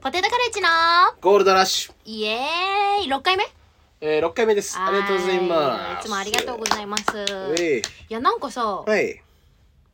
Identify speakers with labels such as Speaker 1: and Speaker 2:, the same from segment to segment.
Speaker 1: ポテトカレッジの
Speaker 2: ゴールドラッシュ、
Speaker 1: イエーイ6回目
Speaker 2: えー、6回目ですありがとうござい
Speaker 1: は
Speaker 2: ま
Speaker 1: ーい
Speaker 2: す
Speaker 1: いつもありがとうございます
Speaker 2: う
Speaker 1: い
Speaker 2: えい
Speaker 1: やなんかさ
Speaker 2: はい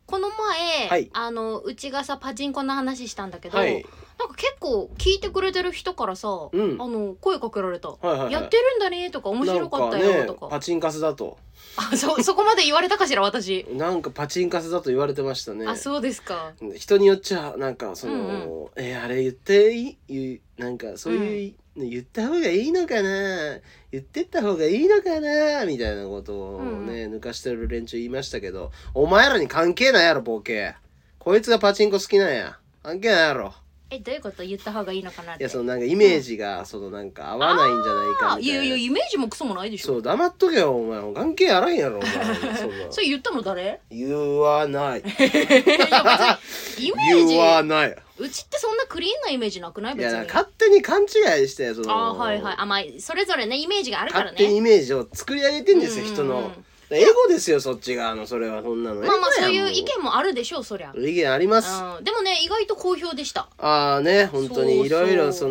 Speaker 1: この前、
Speaker 2: はい
Speaker 1: あのうちがさパチンコの話したんだけど、
Speaker 2: はい
Speaker 1: なんか結構聞いてくれてる人からさ、
Speaker 2: ん
Speaker 1: あの声かけられた、
Speaker 2: はいはいはい
Speaker 1: やってるんだね」とか「面白かったよ」と
Speaker 2: なん
Speaker 1: か
Speaker 2: ね、パチンカスだと
Speaker 1: あそそこまで言われたかしら私、
Speaker 2: なんかパチンカスだと言われてましたね
Speaker 1: あそうですか
Speaker 2: 人によっちゃなんかその、
Speaker 1: うん
Speaker 2: えーあれ言っていい言うなんかそういうの言った方がいいのかな言ってった方がいいのかなみたいなことをね、抜かしてる連中言いましたけどお前らに関係ないやろボケこいつがパチンコ好きなんや関係ないやろ
Speaker 1: えどういうこと言った方がいいのかなっ
Speaker 2: い
Speaker 1: て
Speaker 2: やそのなんかイメージがそのなんか合わないんじゃないか
Speaker 1: あ
Speaker 2: み
Speaker 1: い
Speaker 2: たい
Speaker 1: や
Speaker 2: な
Speaker 1: いやイメージもクソもないでし
Speaker 2: そ
Speaker 1: ょ
Speaker 2: う黙っとけよお前関係あらへんやろ お前そんな
Speaker 1: それ言ったの 誰
Speaker 2: 言わない
Speaker 1: いや別にイメージ
Speaker 2: 言 わないう
Speaker 1: ちってそんなクリーンなイメージなくない
Speaker 2: い
Speaker 1: 別
Speaker 2: やなん
Speaker 1: に
Speaker 2: か勝手に勘違いしてその
Speaker 1: あーはいはいあまあそれぞれねイメージがあるから
Speaker 2: 勝手に
Speaker 1: ね
Speaker 2: イメージを作り上げてんですよ、
Speaker 1: うんうんうん
Speaker 2: 人のエゴですよそっち側のそれはそんなの
Speaker 1: まあまあ
Speaker 2: エゴや
Speaker 1: そ
Speaker 2: ん
Speaker 1: ういう意見もあるでしょうそりゃ、
Speaker 2: もう意見あります、
Speaker 1: うん、でもね意外と好評でした
Speaker 2: ああね本当に
Speaker 1: そう
Speaker 2: いろいろ
Speaker 1: そ
Speaker 2: そ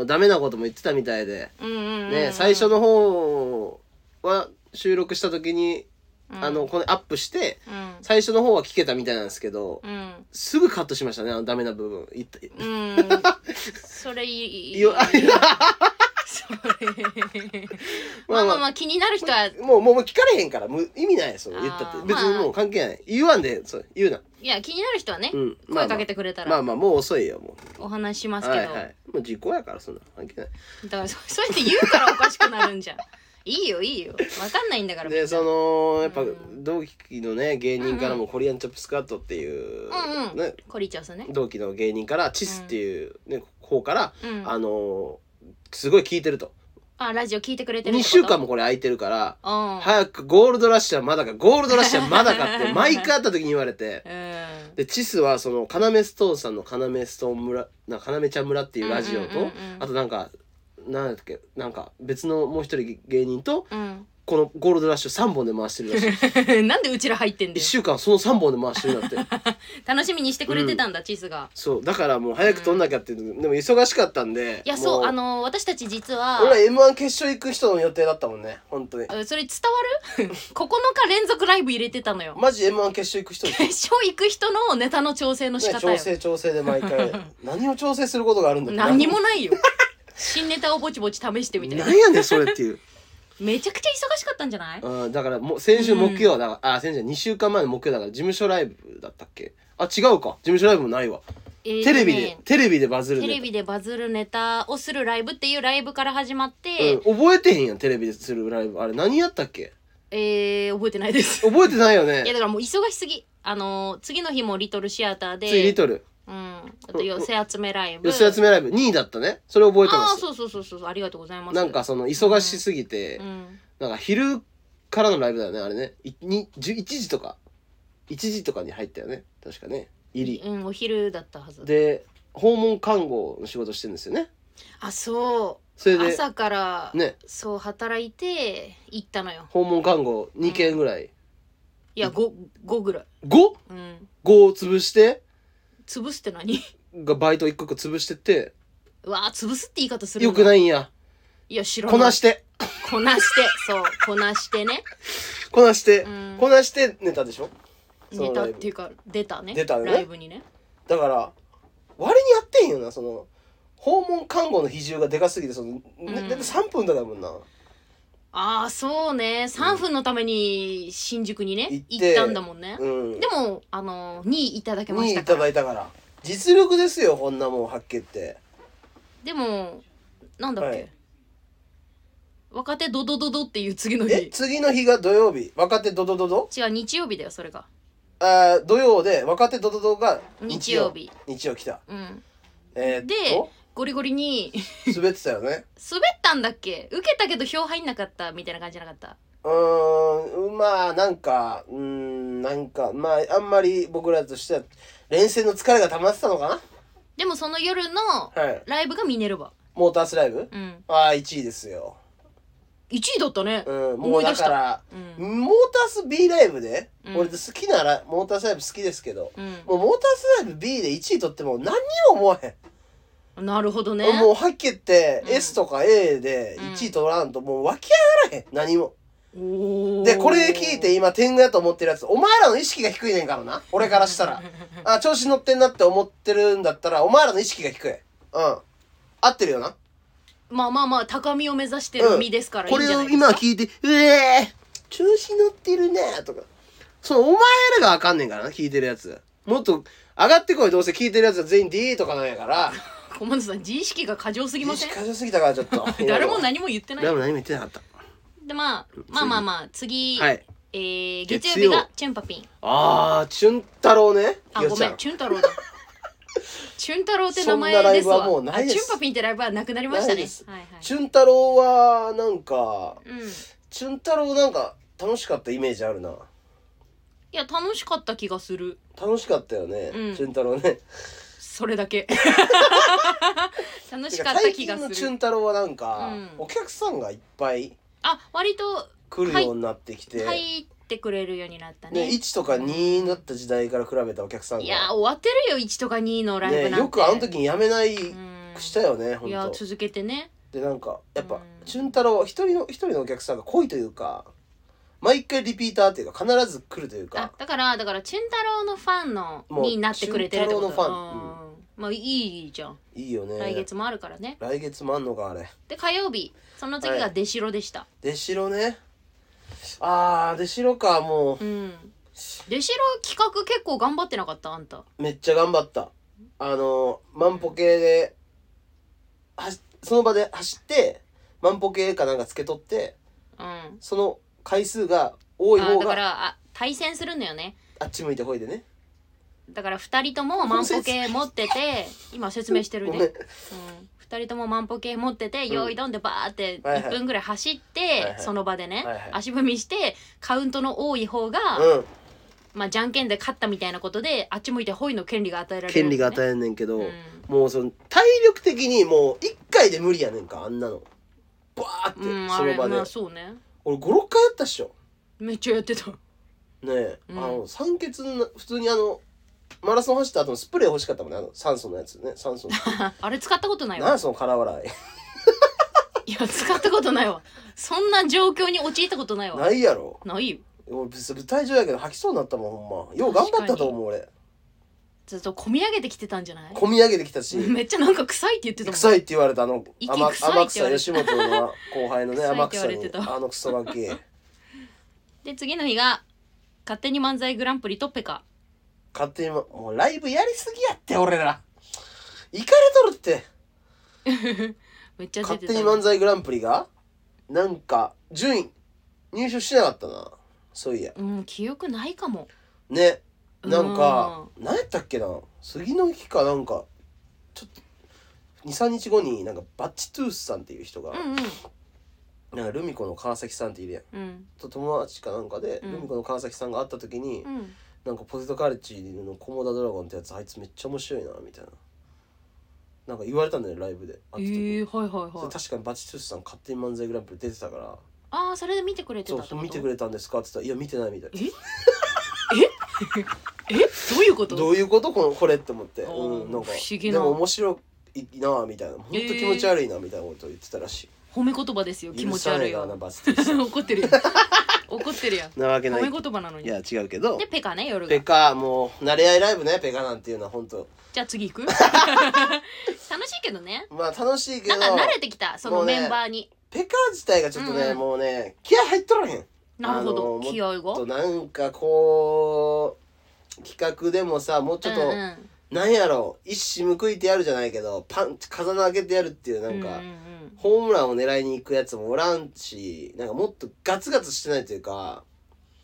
Speaker 2: のダメなことも言ってたみたいで
Speaker 1: うんうん、うん、
Speaker 2: ね最初の方は収録した時に、
Speaker 1: うん
Speaker 2: あのこれアップして
Speaker 1: うん
Speaker 2: 最初の方は聞けたみたいなんですけど、
Speaker 1: うん
Speaker 2: すぐカットしましたねあのダメな部分いった
Speaker 1: うん それいい
Speaker 2: 言わ
Speaker 1: それ
Speaker 2: ま
Speaker 1: ま
Speaker 2: あまあ
Speaker 1: あまあまあ気になる人は
Speaker 2: もうもうもう聞かれへんからむ意味ないその言ったっ
Speaker 1: あー
Speaker 2: て別にもう関係ない言わんでそう言うない
Speaker 1: や気になる人はね、
Speaker 2: うんまあまあ
Speaker 1: 声かけてくれた
Speaker 2: まあ
Speaker 1: ら
Speaker 2: まあもう遅いよもう
Speaker 1: お話しますけ
Speaker 2: は
Speaker 1: ど、
Speaker 2: いはいもう時効やからそんな関係ない
Speaker 1: だからそ そうやって言うからおかしくなるんじゃんいいよいいよわかんないんだから
Speaker 2: で
Speaker 1: みん
Speaker 2: そ
Speaker 1: な
Speaker 2: のやっぱ
Speaker 1: うん
Speaker 2: 同期のね芸人からもコリアンチョップスカートっていう、
Speaker 1: うんうん
Speaker 2: ね、
Speaker 1: コリチョスね
Speaker 2: 同期の芸人からチスっていう、ね方から、
Speaker 1: うん
Speaker 2: あのーすごい聞いてると
Speaker 1: あラジオ聞いてくれてる
Speaker 2: 2週間
Speaker 1: も
Speaker 2: もこれ空いてるから
Speaker 1: うん、
Speaker 2: 早くゴールドラッシュはまだかゴールドラッシュはまだかって毎回会った時に言われて
Speaker 1: うん
Speaker 2: でチスはその要ストーンさんの要ストーン村な要ちゃん村っていうラジオ
Speaker 1: うんうん
Speaker 2: と
Speaker 1: うんうん
Speaker 2: あとなんかなんだっけなんか別のもう一人芸人と
Speaker 1: うん
Speaker 2: このゴールドラッシュ3本で回してるら しい
Speaker 1: なんでうちら入ってんだ
Speaker 2: 1
Speaker 1: よ
Speaker 2: 週間その3本で回してるんだって
Speaker 1: 楽しみにしてくれてたんだ、チースが
Speaker 2: そうだからもう早く撮んなきゃっていうのでも忙しかったんで
Speaker 1: いやそ
Speaker 2: も
Speaker 1: うあの私たち実は
Speaker 2: 俺ら m 1決勝行く人の予定だったもんね本当に
Speaker 1: うんそれ伝わる 9日連続ライブ入れてたのよ
Speaker 2: マジ m 1決勝行く人ですよ
Speaker 1: 決勝行く人のネタの調整の 仕
Speaker 2: ね、
Speaker 1: 方よ
Speaker 2: 調、整調整で毎回 何を調整することがあるんだって
Speaker 1: 何もないよ新ネタをぼちぼち試してみたいな
Speaker 2: 何やねんそれっ ていう
Speaker 1: めちゃくちゃ忙しかったんじゃない
Speaker 2: あーだからもう先週木曜だから、あー先週2週間前の木曜だから事務所ライブだったっけあ違うか事務所ライブもないわ、テレビでテレビでバズる
Speaker 1: テ
Speaker 2: ね
Speaker 1: レビでバズるネタをするライブっていうライブから始まって、
Speaker 2: うん、覚えてへんやんテレビでするライブあれ何やったっけ
Speaker 1: えー、覚えてないです
Speaker 2: 覚えてないよ
Speaker 1: いや
Speaker 2: ね
Speaker 1: だからもう忙しすぎあのー次の日もリトルシアターで
Speaker 2: ついリトル
Speaker 1: うん、あと寄せ集めライブ
Speaker 2: 寄せ集めライブ2位だったねそれ覚えてま
Speaker 1: ああ
Speaker 2: す
Speaker 1: そうそうそうそうありがとうございます
Speaker 2: なんか、その忙しすぎて、
Speaker 1: うん、
Speaker 2: なんか昼からのライブだよねあれねいに11時とか1時とかに入ったよね確かね入り
Speaker 1: うんお昼だったはず
Speaker 2: で訪問看護の仕事してるんですよね
Speaker 1: あそ
Speaker 2: それ
Speaker 1: う
Speaker 2: で
Speaker 1: 朝から、
Speaker 2: ね
Speaker 1: そう働いて行ったのよ
Speaker 2: 訪問看護2件ぐらい、
Speaker 1: いや 5, 5ぐらい、
Speaker 2: 5?
Speaker 1: うん、
Speaker 2: 5を潰して
Speaker 1: 潰すって何
Speaker 2: がバイト一個一個潰してって
Speaker 1: うわー潰すって言い方する
Speaker 2: よくないいんや
Speaker 1: いや知らない
Speaker 2: こなして
Speaker 1: こなしてそうこなしてね
Speaker 2: こなして、
Speaker 1: うん
Speaker 2: こなしてネタでしょ そ
Speaker 1: ネ
Speaker 2: の
Speaker 1: タ
Speaker 2: ラ
Speaker 1: っ
Speaker 2: イ
Speaker 1: てい
Speaker 2: ブ
Speaker 1: うか出たね
Speaker 2: 出たね
Speaker 1: ライブにね
Speaker 2: だから割にやってんよなその訪問看護の比重がでかすぎてその、ね
Speaker 1: ん
Speaker 2: だって3分とかだもんな
Speaker 1: ああそうね3分のために新宿にね、
Speaker 2: 行っ
Speaker 1: 行っ
Speaker 2: て
Speaker 1: たんだもんね、
Speaker 2: うん
Speaker 1: でもあの2位いただけま
Speaker 2: 2
Speaker 1: し
Speaker 2: 位
Speaker 1: た
Speaker 2: い
Speaker 1: か
Speaker 2: た
Speaker 1: ら
Speaker 2: だいたから実力ですよこんなもんはっきり言って
Speaker 1: でもなんだっけ、
Speaker 2: はい
Speaker 1: 若手ドドドドっていう次の日
Speaker 2: え
Speaker 1: 違
Speaker 2: 次の日が土曜日若手ドドドド
Speaker 1: う日曜日だよそれが
Speaker 2: あー土曜で若手ドドドが
Speaker 1: 日曜日
Speaker 2: 日曜来た
Speaker 1: うん
Speaker 2: えー、っ
Speaker 1: で
Speaker 2: と
Speaker 1: ゴリゴリに
Speaker 2: 滑ってたよね
Speaker 1: 滑ったんだっけ受けたけど票入んなかったみたいな感じじゃなかった
Speaker 2: うーんまあなんかうーんなんかまああんまり僕らとしては連戦の疲れが溜まってたのか
Speaker 1: でもその夜の
Speaker 2: なはい
Speaker 1: ライブがミネルヴァ
Speaker 2: モータースライブ、
Speaker 1: うん
Speaker 2: ああ1位ですよ、
Speaker 1: 1位だったね、
Speaker 2: うん、も
Speaker 1: 思
Speaker 2: う
Speaker 1: い
Speaker 2: だ
Speaker 1: 出し
Speaker 2: か
Speaker 1: た
Speaker 2: ら、
Speaker 1: うん
Speaker 2: モータース B ライブで、
Speaker 1: うん
Speaker 2: 俺好きならモータースライブ好きですけど、
Speaker 1: うん
Speaker 2: もうモータースライブ B で1位取っても何にも思わへん
Speaker 1: なるほどね
Speaker 2: もうはっきり言って、
Speaker 1: うん
Speaker 2: S とか A で
Speaker 1: うん
Speaker 2: 1位取らんともう湧き上がらへん何も
Speaker 1: おー
Speaker 2: でこれ聞いて今天狗やと思ってるやつお前らの意識が低いねんからな俺からした らあ調子乗ってんなって思ってるんだったらお前らの意識が低いうん合ってるよな
Speaker 1: まあまあまあ高みを目指してる身ですからいい
Speaker 2: こ
Speaker 1: んじ
Speaker 2: れ
Speaker 1: ゃな
Speaker 2: を
Speaker 1: いです
Speaker 2: 今
Speaker 1: か
Speaker 2: 聞いて「うえー調子乗ってるね」とかそのお前らがあかんねんからな聞いてるやつもっと上がってこいどうせ聞いてるやつは全員 D とかなんやから
Speaker 1: 小松さん自意識が過剰すぎません
Speaker 2: 過剰すぎたからちょっと
Speaker 1: 誰も何も言ってない
Speaker 2: 誰も何も言ってなかった
Speaker 1: でまあまあまあまあ次、
Speaker 2: はい
Speaker 1: えー、
Speaker 2: 月
Speaker 1: 月
Speaker 2: 曜
Speaker 1: 曜日がチュンパピン
Speaker 2: あーチュン太郎ね
Speaker 1: あ
Speaker 2: ひよ
Speaker 1: ご
Speaker 2: ち
Speaker 1: め
Speaker 2: ゃ
Speaker 1: んチュン太 郎だチュン太郎って名前
Speaker 2: そんなライ
Speaker 1: です
Speaker 2: ブは
Speaker 1: わ
Speaker 2: もうないです
Speaker 1: あチュンパピンってライブはなくなりました
Speaker 2: ない
Speaker 1: ね
Speaker 2: です
Speaker 1: はいはい
Speaker 2: チュン太郎はなんか
Speaker 1: うん、い
Speaker 2: チュン太郎なんか楽しかったイメージあるな
Speaker 1: や楽しかった気がする
Speaker 2: 楽しかったよね、
Speaker 1: うん
Speaker 2: チュン太郎ね
Speaker 1: それだ け楽しかった
Speaker 2: 最
Speaker 1: 気
Speaker 2: 近
Speaker 1: が
Speaker 2: のチ
Speaker 1: す
Speaker 2: ュン
Speaker 1: る
Speaker 2: 太郎はなんか、
Speaker 1: うん
Speaker 2: お客さんがいっぱい
Speaker 1: あ割と
Speaker 2: 来るようになってきて、
Speaker 1: 入ってくれるようになった
Speaker 2: ね、
Speaker 1: ね
Speaker 2: 1とか2だった時代から比べたお客さんが
Speaker 1: いや終わってるよ1とか2のライブなんて、
Speaker 2: ね、よくあの時にやめない
Speaker 1: うん
Speaker 2: くしたよね、ほ
Speaker 1: い
Speaker 2: ん
Speaker 1: や
Speaker 2: と
Speaker 1: 続けてね
Speaker 2: でなんかやっぱ
Speaker 1: うん
Speaker 2: 俊太郎は一人の一人のお客さんが濃いというか毎回リピーターっていうか必ず来るという
Speaker 1: あ
Speaker 2: か
Speaker 1: だからだからチュン太郎のファンの
Speaker 2: もう
Speaker 1: になってくれてるってこと
Speaker 2: チュン太郎の
Speaker 1: うんまあいいじゃん、
Speaker 2: いいよね
Speaker 1: 来月もあるからね
Speaker 2: 来月もあんのかあれ
Speaker 1: で火曜日その次
Speaker 2: は
Speaker 1: が
Speaker 2: い
Speaker 1: 出しろでした、
Speaker 2: 出城ねあー出城かも
Speaker 1: うん出しろ企画結構頑張ってなかったあんた
Speaker 2: うめっちゃ頑張ったあの万歩計ではしその場で走って万歩計かなんかつけとって
Speaker 1: うんあ
Speaker 2: その回数が多い方
Speaker 1: だか
Speaker 2: が
Speaker 1: らあ対戦するのよね
Speaker 2: あっち向いてほいでね
Speaker 1: だから2人とも万歩計持ってて今説明してる
Speaker 2: ご
Speaker 1: ね、
Speaker 2: め
Speaker 1: うんん、2人とも万歩計持ってて用意どんでバーって
Speaker 2: はいは
Speaker 1: 1
Speaker 2: い
Speaker 1: 分ぐらい走って、
Speaker 2: いはい
Speaker 1: その場でね、
Speaker 2: はいはい
Speaker 1: 足踏みしてカウントの多い方が、
Speaker 2: うん
Speaker 1: まあ、じゃんけんで勝ったみたいなことであっち向いてホイの権利が与えられる
Speaker 2: 権
Speaker 1: んで
Speaker 2: 利
Speaker 1: すね、
Speaker 2: が与えんねんけど、
Speaker 1: うん
Speaker 2: もうその体力的にもう1回で無理やねんかあんなのバーって
Speaker 1: うんあ
Speaker 2: その
Speaker 1: れ
Speaker 2: 場で、
Speaker 1: まあそうね
Speaker 2: 俺56回やったっしょ
Speaker 1: めっちゃやってた
Speaker 2: ねえ、
Speaker 1: うん
Speaker 2: あの酸欠な普通にあのマラソン走った後のスプレー欲しかったもんねあの酸素のやつね酸素の
Speaker 1: ああれ使ったことない
Speaker 2: 何
Speaker 1: わ
Speaker 2: やその空笑
Speaker 1: いや使ったことないわそんな状況に陥ったことない
Speaker 2: い
Speaker 1: わ
Speaker 2: ないやろ
Speaker 1: ないよ
Speaker 2: 俺舞台上やけど吐きそうになったもんほんまよう頑張ったと思う俺
Speaker 1: ずっと込み上げてきてたんじゃない
Speaker 2: 込み上げてき たし
Speaker 1: めっちゃなんか臭いって言ってたもん
Speaker 2: 臭いって言われたあの
Speaker 1: 息
Speaker 2: 天
Speaker 1: 臭いって言われ
Speaker 2: 天
Speaker 1: た
Speaker 2: 草吉本の後輩のね
Speaker 1: 臭いって言
Speaker 2: 天
Speaker 1: わ
Speaker 2: 草
Speaker 1: れて
Speaker 2: に
Speaker 1: た
Speaker 2: あのクソガキ
Speaker 1: で次の日が「勝手に漫才グランプリ」とペカ
Speaker 2: 勝手にももうライブやりすぎやって俺ら行かれとるって
Speaker 1: めっちゃ出
Speaker 2: 勝
Speaker 1: て
Speaker 2: 手
Speaker 1: た
Speaker 2: に漫才グランプリがなんか順位入賞してなかったなそういや
Speaker 1: うん記憶ないかも
Speaker 2: ねなんか何やったっけな杉の木かなんかちょっと23日後になんかバッチトゥースさんっていう人が、
Speaker 1: うんうん
Speaker 2: なんかルミ子の川崎さんっているやん
Speaker 1: うん
Speaker 2: と友達かなんかで、
Speaker 1: うん
Speaker 2: ルミ子の川崎さんが会った時に、
Speaker 1: うん
Speaker 2: なんかポテトカレッジのコモダドラゴンってやつあいつめっちゃ面白いなみたいななんか言われたんだよライブで
Speaker 1: え
Speaker 2: 会った時に
Speaker 1: ー、はいはい
Speaker 2: そ
Speaker 1: は
Speaker 2: れ
Speaker 1: い
Speaker 2: 確かにバチトゥースさん勝手に漫才グランプリ出てたから
Speaker 1: ああそれで見てくれ
Speaker 2: 「
Speaker 1: てたっ
Speaker 2: そう
Speaker 1: てこと
Speaker 2: そう見てくれたんですか?」って言ったら「いや見てない」みたいな
Speaker 1: えどういうこ
Speaker 2: 「
Speaker 1: と
Speaker 2: どういうことこのこれ」って思って、
Speaker 1: あー
Speaker 2: うん、なんか
Speaker 1: 不思議な
Speaker 2: でも面白いなみたいな「本当気持ち悪いな」みたいなことを言ってたらしい、
Speaker 1: 褒め言葉ですよ気持ち
Speaker 2: 許さな
Speaker 1: 悪
Speaker 2: い
Speaker 1: い
Speaker 2: なあ
Speaker 1: わ
Speaker 2: のバチトゥース さん
Speaker 1: 怒ってるよ怒ってるやん
Speaker 2: なわけな
Speaker 1: 褒
Speaker 2: い
Speaker 1: め
Speaker 2: い
Speaker 1: 言葉なのに
Speaker 2: や
Speaker 1: で
Speaker 2: 違うけど
Speaker 1: ペカね夜
Speaker 2: ペ
Speaker 1: が
Speaker 2: カもう慣れ合いライブねペカなんていうのは本当
Speaker 1: じゃあ次 行く楽しいけどね
Speaker 2: まあ楽しいけ
Speaker 1: な
Speaker 2: ど
Speaker 1: んか慣れてきたそ
Speaker 2: も
Speaker 1: の
Speaker 2: うね
Speaker 1: メンバーに、
Speaker 2: ペカ自体がちょっとね、
Speaker 1: うんうん
Speaker 2: もうね気合入っとらへん
Speaker 1: なるほ
Speaker 2: あ
Speaker 1: ど
Speaker 2: のもっ
Speaker 1: 気合
Speaker 2: ちょっと
Speaker 1: が
Speaker 2: なんかこう企画でもさもうちょっと、
Speaker 1: うんうん
Speaker 2: なんやろう一矢報いてやるじゃないけどパン風穴開けてやるっていうなん
Speaker 1: う
Speaker 2: か、
Speaker 1: うん
Speaker 2: ホームランを狙いに行くやつもおらんしなんかもっとガツガツしてないというか、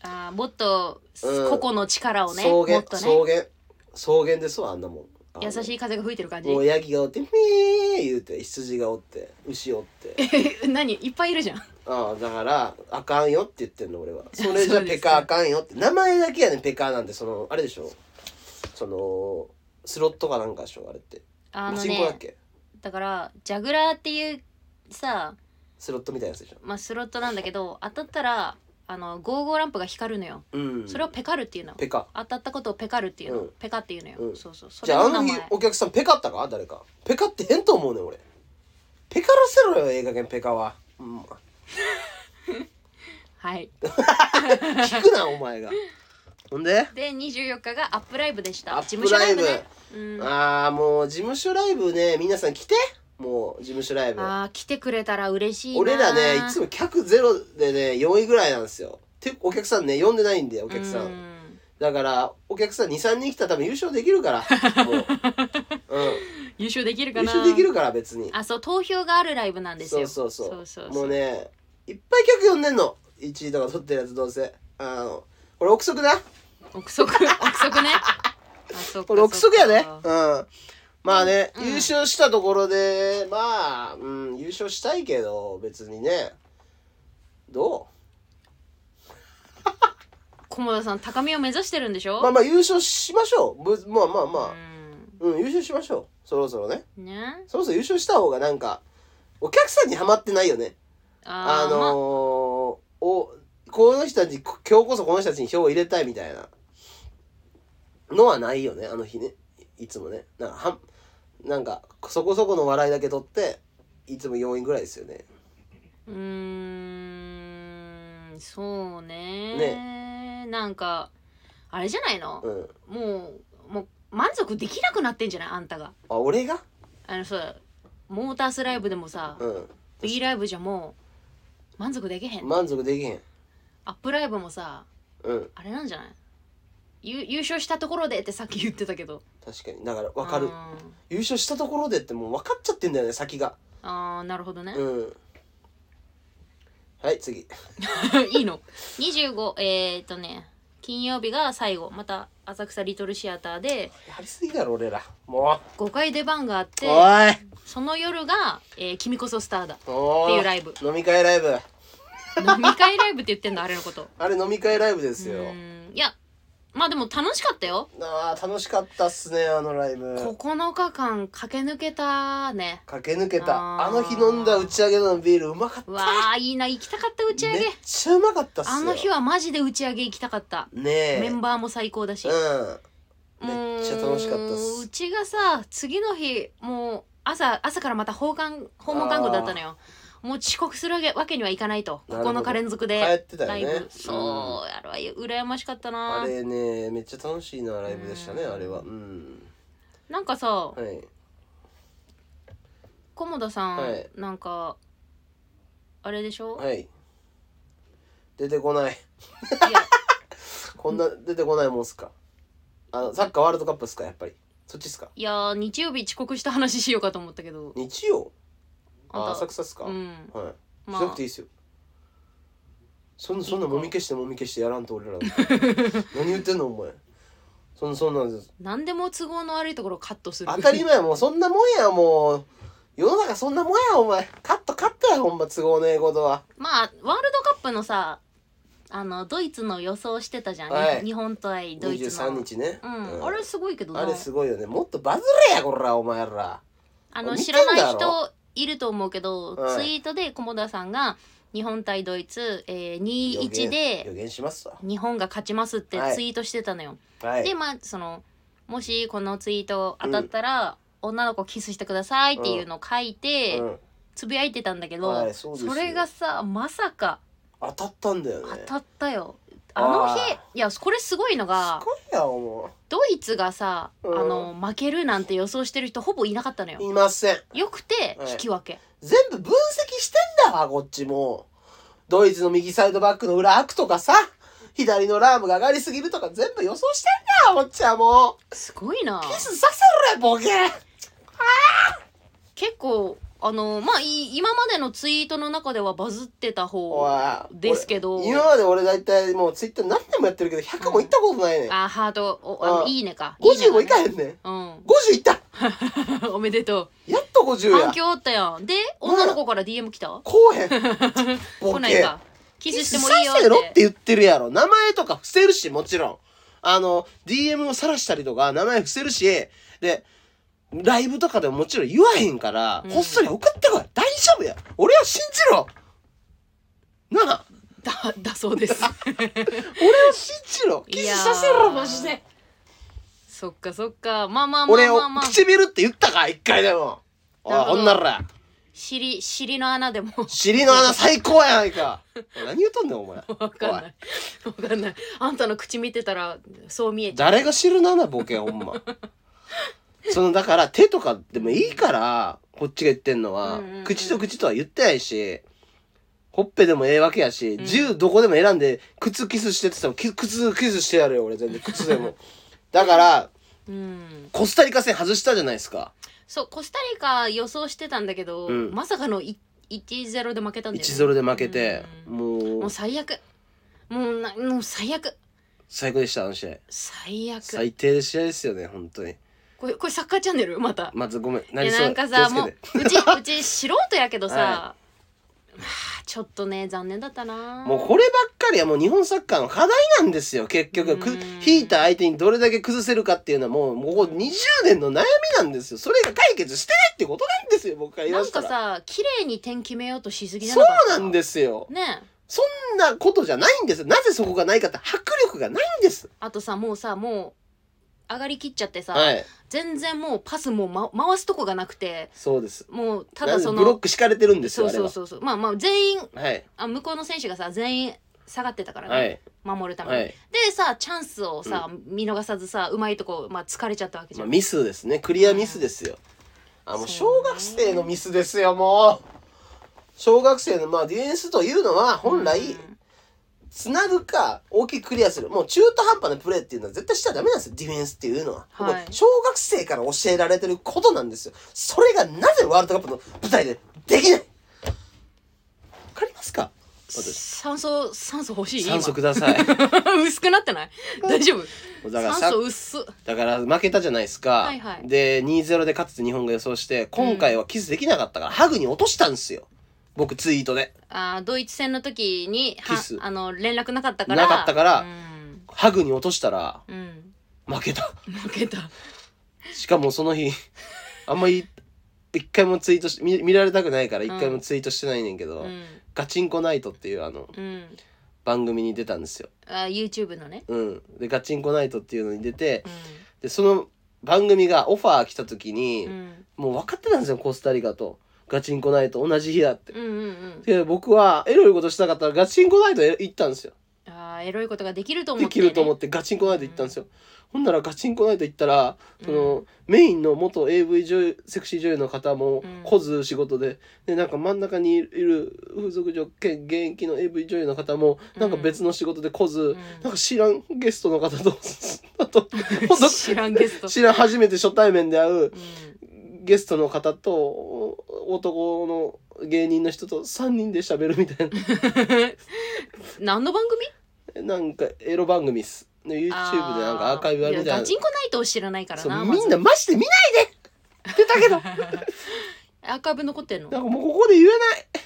Speaker 1: あーもっと、
Speaker 2: うん
Speaker 1: 個々の力をね
Speaker 2: 草
Speaker 1: も
Speaker 2: 原、
Speaker 1: っと
Speaker 2: 草
Speaker 1: ね
Speaker 2: 原草原ですわあんなもんあの
Speaker 1: 優しい風が吹いてる感じ
Speaker 2: もうヤギがおって「みー」言うて羊がおって牛おって
Speaker 1: 何いっぱいいるじゃん
Speaker 2: ああだからあかんよって言ってんの俺はそれじゃ
Speaker 1: そうです
Speaker 2: ペ
Speaker 1: ね
Speaker 2: カあかんよって名前だけやねんペカなんてそのあれでしょそのスロットかなんかでしょあれって
Speaker 1: あ
Speaker 2: パ
Speaker 1: の
Speaker 2: チンコだ
Speaker 1: ね
Speaker 2: っけ
Speaker 1: だからジャグラーっていうさ
Speaker 2: スロットみたいなやつでしょ
Speaker 1: まあ、スロットなんだけど当たったらあのゴーゴーランプが光るのよ、
Speaker 2: うん
Speaker 1: それをペカルっていうの
Speaker 2: ペカ
Speaker 1: 当たったことをペカルっていうの、
Speaker 2: うん
Speaker 1: ペカっていうのよ、
Speaker 2: うん
Speaker 1: そうそうそ
Speaker 2: じ
Speaker 1: れ
Speaker 2: ゃああ
Speaker 1: の
Speaker 2: の
Speaker 1: 名
Speaker 2: 日
Speaker 1: 前
Speaker 2: お客さんペカったか誰かペカってへんと思うねん俺ペカらせろよ映画券ペカは、うん、
Speaker 1: はい
Speaker 2: 聞く なお前がほんで
Speaker 1: で24日がアップライブでした
Speaker 2: ア
Speaker 1: 事務
Speaker 2: ップ
Speaker 1: 所
Speaker 2: ラ
Speaker 1: ラ
Speaker 2: イ
Speaker 1: イ
Speaker 2: ブ
Speaker 1: ブね、うん、あ
Speaker 2: ああもう事務所ライブね皆さん来てもう事務所ライブ
Speaker 1: あー来てくれたら嬉しいな
Speaker 2: 俺らねいつ
Speaker 1: も
Speaker 2: も客ゼロでね4位ぐらいなんですよてお客さんね呼んでないんでお客さん、だからお客さん23人来たら多分優勝でき るからもう、うん、
Speaker 1: 優勝できる
Speaker 2: 優
Speaker 1: かな
Speaker 2: 勝できるから別に
Speaker 1: あそう投票があるライブなんです
Speaker 2: そう
Speaker 1: よ
Speaker 2: そうそう
Speaker 1: そうそうそう
Speaker 2: もうねいっぱい客呼んでんの1位とか取ってるやつどうせあのこれ憶測だ
Speaker 1: 憶測憶測ねあそうか
Speaker 2: これ憶測やね
Speaker 1: そう
Speaker 2: う
Speaker 1: か
Speaker 2: んまあね、
Speaker 1: うん
Speaker 2: 優勝したところでまあ、うん、優勝したいけど別にねど
Speaker 1: 菰田さん高みを目指してるんでし
Speaker 2: う
Speaker 1: ょ、
Speaker 2: まあまあ優勝しましょうぶまあまあまあ、
Speaker 1: う
Speaker 2: うん、優勝しましょうそろそろね
Speaker 1: んね
Speaker 2: そろそろ優勝した方がなんかお客さんにはまってないよね
Speaker 1: あ
Speaker 2: あ
Speaker 1: ー
Speaker 2: のー
Speaker 1: まあ
Speaker 2: おこの人たちこ今日こそこの人たちに票を入れたいみたいなのはないよねあの日ねいいつもねなんかはんなんかそこそこの笑いだけ取っていつも4位ぐらいですよね
Speaker 1: うーんそうねなんかあれじゃないの
Speaker 2: う、ん
Speaker 1: もうもう満足できなくなってんじゃないあんたが
Speaker 2: あ俺が
Speaker 1: あのさモータースライブでもさ、
Speaker 2: うん
Speaker 1: B ライブじゃもう満足できへん、
Speaker 2: 満足できへん
Speaker 1: アップライブもさ
Speaker 2: うん
Speaker 1: あれなんじゃないゆ優勝したところでってさっき言ってたけど
Speaker 2: 確かにだから分かる
Speaker 1: あー
Speaker 2: 優勝したところでってもう分かっちゃってんだよね先が
Speaker 1: あーなるほどね、
Speaker 2: うんはい次
Speaker 1: いいの25えー、っとね金曜日が最後また浅草リトルシアターで
Speaker 2: やりすぎだろ俺らも
Speaker 1: 5回出番があっ
Speaker 2: う
Speaker 1: て
Speaker 2: おい
Speaker 1: その夜が、えー君こそスターだ」 っ
Speaker 2: お
Speaker 1: ていう
Speaker 2: ー
Speaker 1: ライブ
Speaker 2: 飲み会ライブ
Speaker 1: 飲み会ライブって言ってんだあれのこと
Speaker 2: あれ飲み会ライブで
Speaker 1: う
Speaker 2: すよ
Speaker 1: ーんいやまあでも楽しかったよ
Speaker 2: あー楽しかったっすねあのライブ
Speaker 1: 9日間駆け抜けたね
Speaker 2: 駆け抜けたあ
Speaker 1: あー
Speaker 2: の日飲んだ打ち上げのビールうまかっ
Speaker 1: う
Speaker 2: た
Speaker 1: わーいいな行きたかった打ち上げ
Speaker 2: めっちゃうまかったっすよ
Speaker 1: あの日はマジで打ち上げ行きたかった
Speaker 2: ね
Speaker 1: メ
Speaker 2: え
Speaker 1: ンバーも最高だし
Speaker 2: うんめっちゃ楽しかったっ
Speaker 1: もうう
Speaker 2: す
Speaker 1: ちがさ次の日もう朝朝からまた訪韓訪問看護だったのよもう遅刻するわけわけにはいかないと
Speaker 2: なるほど
Speaker 1: 9日連続
Speaker 2: 帰
Speaker 1: で
Speaker 2: ってた
Speaker 1: ライ
Speaker 2: よ
Speaker 1: ブ、
Speaker 2: ね
Speaker 1: そうやるわよ羨ましかった
Speaker 2: うん
Speaker 1: な
Speaker 2: あれねめっちゃ楽しいなライブでしたね
Speaker 1: うん
Speaker 2: あれはうん
Speaker 1: なんかさ
Speaker 2: はい
Speaker 1: 菰田さん、
Speaker 2: はい
Speaker 1: なんかあれでしょ、
Speaker 2: はい出てこない
Speaker 1: いや
Speaker 2: こんな出てこないもんっすかあのサッカーワールドカップっすかやっぱりそっちっすか
Speaker 1: いやー日曜日遅刻した話しようかと思ったけど
Speaker 2: 日曜
Speaker 1: あん
Speaker 2: あ
Speaker 1: た
Speaker 2: 浅草っすか
Speaker 1: うん
Speaker 2: はい
Speaker 1: ま
Speaker 2: しなく
Speaker 1: あ
Speaker 2: ていいですよそんなそん
Speaker 1: い
Speaker 2: ない
Speaker 1: か
Speaker 2: もみ消してもみ消してやらんと 俺ら何言ってんのお前そんなそんなんです
Speaker 1: 何でも都合の悪いところをカットする
Speaker 2: 当たり前やもうそんなもんやもう世の中そんなもんやお前カットカットやほんま都合ねえことは
Speaker 1: まあワールドカップのさあのドイツの予想してたじゃん、
Speaker 2: はい
Speaker 1: 日本対ドイツの
Speaker 2: 23日ね、
Speaker 1: うん
Speaker 2: うん
Speaker 1: あれすごいけどな
Speaker 2: あれすごいよねもっとバズれやこらお前ら
Speaker 1: あ
Speaker 2: あ
Speaker 1: の
Speaker 2: 見て
Speaker 1: 知
Speaker 2: んだ
Speaker 1: ら
Speaker 2: ろ
Speaker 1: ない人いると思うけど、
Speaker 2: はい
Speaker 1: ツイートで菰田さんが日本対ドイツ、えー、2-1で
Speaker 2: 予言しますわ
Speaker 1: 日本が勝ちますって
Speaker 2: はい
Speaker 1: ツイートしてたのよ、
Speaker 2: はい
Speaker 1: でまあそのもしこのツイート当たったら、女の子キスしてくださいっていうのを書いて、
Speaker 2: うん
Speaker 1: つぶやいてたんだけど、
Speaker 2: はいそうですよ
Speaker 1: それがさまさか
Speaker 2: 当たったんだよね
Speaker 1: 当たったよあの日
Speaker 2: あ
Speaker 1: いやこれすごいのが
Speaker 2: すごいやも
Speaker 1: ドイツがさ、
Speaker 2: うん
Speaker 1: あの負けるなんて予想してる人ほぼいなかったのよ
Speaker 2: ういません
Speaker 1: よくて
Speaker 2: はい
Speaker 1: 引き分け、
Speaker 2: 全部分析してんだわ、こっちも。ドイツの右サイドバックの裏開くとかさ、左のラームが上がりすぎるとか全部予想してんだわ、こっちはもう。
Speaker 1: すごいな
Speaker 2: キスさせろよ、ボケ
Speaker 1: 結構あのまあい今までのツイートの中ではバズってた
Speaker 2: お
Speaker 1: 方
Speaker 2: い
Speaker 1: ですけど
Speaker 2: 俺今まで俺大体もうツイッター何年もやってるけど、100も行ったことないねん。
Speaker 1: あハートおあ
Speaker 2: あ
Speaker 1: のいいねか
Speaker 2: 50も行か
Speaker 1: い
Speaker 2: へんね
Speaker 1: う
Speaker 2: ん。
Speaker 1: ん
Speaker 2: 50行った、
Speaker 1: おめでと
Speaker 2: やっと50
Speaker 1: う
Speaker 2: や
Speaker 1: 反。響あったやんで女の子から DM 来た
Speaker 2: こうへん。ボ
Speaker 1: 来ない
Speaker 2: ケ。
Speaker 1: かキス
Speaker 2: キ
Speaker 1: し
Speaker 2: ス
Speaker 1: ても
Speaker 2: さ
Speaker 1: いいよ
Speaker 2: せろっ
Speaker 1: ってて
Speaker 2: 言ってるやろ。名前とか伏せるし、もちろん。あの、DM を晒したりとか、名前伏せるし、で、ライブとかでももちろん言わへんから、
Speaker 1: うん
Speaker 2: こっそり送ってこい。大丈夫や。俺は信じろ。なあ、
Speaker 1: だだそうです
Speaker 2: 俺を信じろキスさせろマジ
Speaker 1: いや
Speaker 2: で
Speaker 1: そっかそっかまあまあまあ
Speaker 2: 俺を
Speaker 1: まあまあ
Speaker 2: 唇って言ったか一回でもおい
Speaker 1: なるほど
Speaker 2: ほんなら
Speaker 1: 尻尻の穴でも
Speaker 2: 尻の穴最高やないかおい何言うとんねんお前
Speaker 1: わかんないわかんないあんたの口見てたらそう見えちゃ
Speaker 2: 誰が知るななボケほんま そのだから手とかでもいいからこっちが言ってんのは、
Speaker 1: うんうんうん
Speaker 2: 口と口とは言ってないしほっぺでもええわけやし、
Speaker 1: うん
Speaker 2: 銃どこでも選んで靴キスしてって言っても靴キスしてやるよ俺全然靴でもだから
Speaker 1: ううん
Speaker 2: コスタリカ戦外したじゃないですか
Speaker 1: そうコスタリカ予想してたんだけど、
Speaker 2: うん
Speaker 1: まさかのい1-0で負けたんだよ、ね、
Speaker 2: 1-0で負けて、
Speaker 1: う
Speaker 2: も
Speaker 1: も
Speaker 2: う
Speaker 1: う最悪もうなもう最悪
Speaker 2: 最高でしたあの試合
Speaker 1: 最悪
Speaker 2: 最低で試合ですよね本当に
Speaker 1: これこれサッカーチャンネルまた
Speaker 2: まずごめん
Speaker 1: いや
Speaker 2: それ
Speaker 1: なんかさ
Speaker 2: 気を
Speaker 1: も
Speaker 2: つ
Speaker 1: う
Speaker 2: けて
Speaker 1: うちうち素人やけどさ、
Speaker 2: はい
Speaker 1: はあちょっとね残念だったな
Speaker 2: もうこればっかりはもう日本サッカーの課題なんですよ結局く
Speaker 1: うん
Speaker 2: 引いた相手にどれだけ崩せるかっていうのはもうもうここ20年の悩みなんですよそれが解決してないってことなんですよ僕から言い
Speaker 1: な
Speaker 2: ま
Speaker 1: ん
Speaker 2: した
Speaker 1: からさ綺麗に点決めようとしすぎじゃ
Speaker 2: そ
Speaker 1: なかった
Speaker 2: うなんですよ
Speaker 1: ね
Speaker 2: そんなことじゃないんですよなぜそこがないかって迫力がないんです
Speaker 1: あとさもうさもう上がりきっちゃってさ、
Speaker 2: はい
Speaker 1: 全然もうパスもう、ま、回すとこがなくて
Speaker 2: そうです
Speaker 1: もうた
Speaker 2: な
Speaker 1: だ
Speaker 2: んで
Speaker 1: そ
Speaker 2: ブロッ
Speaker 1: の
Speaker 2: ク敷かれてるんです
Speaker 1: そ
Speaker 2: よ
Speaker 1: う
Speaker 2: あれ
Speaker 1: そう
Speaker 2: は
Speaker 1: そうそうまあまあ全員
Speaker 2: はい
Speaker 1: あ向こうの選手がさ全員下がってたからね、
Speaker 2: はい
Speaker 1: 守るために、
Speaker 2: はい、
Speaker 1: でさチャンスをさ、見逃さずさうまいとこ、まあ、疲れちゃったわけじ
Speaker 2: ま
Speaker 1: ゃ
Speaker 2: あ、
Speaker 1: ん、
Speaker 2: ミスですねクリアミスですよあもう
Speaker 1: そ
Speaker 2: 小
Speaker 1: うね
Speaker 2: 学生のミスですよもう小学生のまあディフェンスというのは本来、
Speaker 1: うん
Speaker 2: つなぐか大きくクリアするもう中途半端なプレーっていうのは絶対しちゃダメなんですよディフェンスっていうのは、
Speaker 1: はい
Speaker 2: もう小学生から教えられてることなんですよそれがなぜワールドカップの舞台でできないわかりますか私
Speaker 1: 酸素酸素欲しい
Speaker 2: 酸素ください
Speaker 1: 今 薄くなってない大丈夫
Speaker 2: だから
Speaker 1: 酸
Speaker 2: さ
Speaker 1: 素薄っ
Speaker 2: だから負けたじゃないですか、
Speaker 1: はいはい
Speaker 2: で2-0で勝つって日本が予想して今回はキスできなかったから、ハグに落としたんですよ僕ツイートで
Speaker 1: あードイツ戦の時には
Speaker 2: キス
Speaker 1: あの連絡なかったから
Speaker 2: なかったから
Speaker 1: うん、
Speaker 2: ハグに落としたら
Speaker 1: うん、
Speaker 2: 負けた
Speaker 1: 負けた
Speaker 2: しかもその日あんまり一回もツイートし見見られたくないから一回もツイートしてないねんけど「
Speaker 1: うん
Speaker 2: ガチンコナイト」っていうあの
Speaker 1: うん
Speaker 2: 番組に出たんですよ。
Speaker 1: あー YouTube のね
Speaker 2: うん、で「ガチンコナイト」っていうのに出て
Speaker 1: う
Speaker 2: でその番組がオファー来た時に、
Speaker 1: んうん
Speaker 2: もう分かってたんですよコスタリカと「ガチンコナイト」同じ日だって。
Speaker 1: うんうんうん
Speaker 2: で僕はエロいことしたかったらガチンコナイトへ行ったんですよ。
Speaker 1: あーエロいことができると思って、
Speaker 2: で
Speaker 1: ね、
Speaker 2: きると思
Speaker 1: っ
Speaker 2: ってガチンコナイト行ったんですよ。ほんならガチンコナイト行ったらその、
Speaker 1: う
Speaker 2: メインの元 AV 女優セクシー女優の方も
Speaker 1: うん
Speaker 2: 来ず仕事で,、でなんか真ん中にいる風俗嬢兼現役の AV 女優の方もなんか別の仕事で来ず、なんか知らんゲストの方 とあと
Speaker 1: うん
Speaker 2: ほん と
Speaker 1: 知らんゲスト、
Speaker 2: 知らん初めて初対面で会う
Speaker 1: うん
Speaker 2: ゲストの方とお男の芸人の人と3人で喋るみたいな
Speaker 1: 何の番組
Speaker 2: なんかエロ番組っす。で YouTube でなんかアーカイブあるみたい
Speaker 1: や
Speaker 2: な
Speaker 1: ガチンコナイトを知らないから
Speaker 2: そう
Speaker 1: な、
Speaker 2: みんなマジで見ないで出たけど
Speaker 1: アーカイブ残ってんの
Speaker 2: なんかもうここで言えない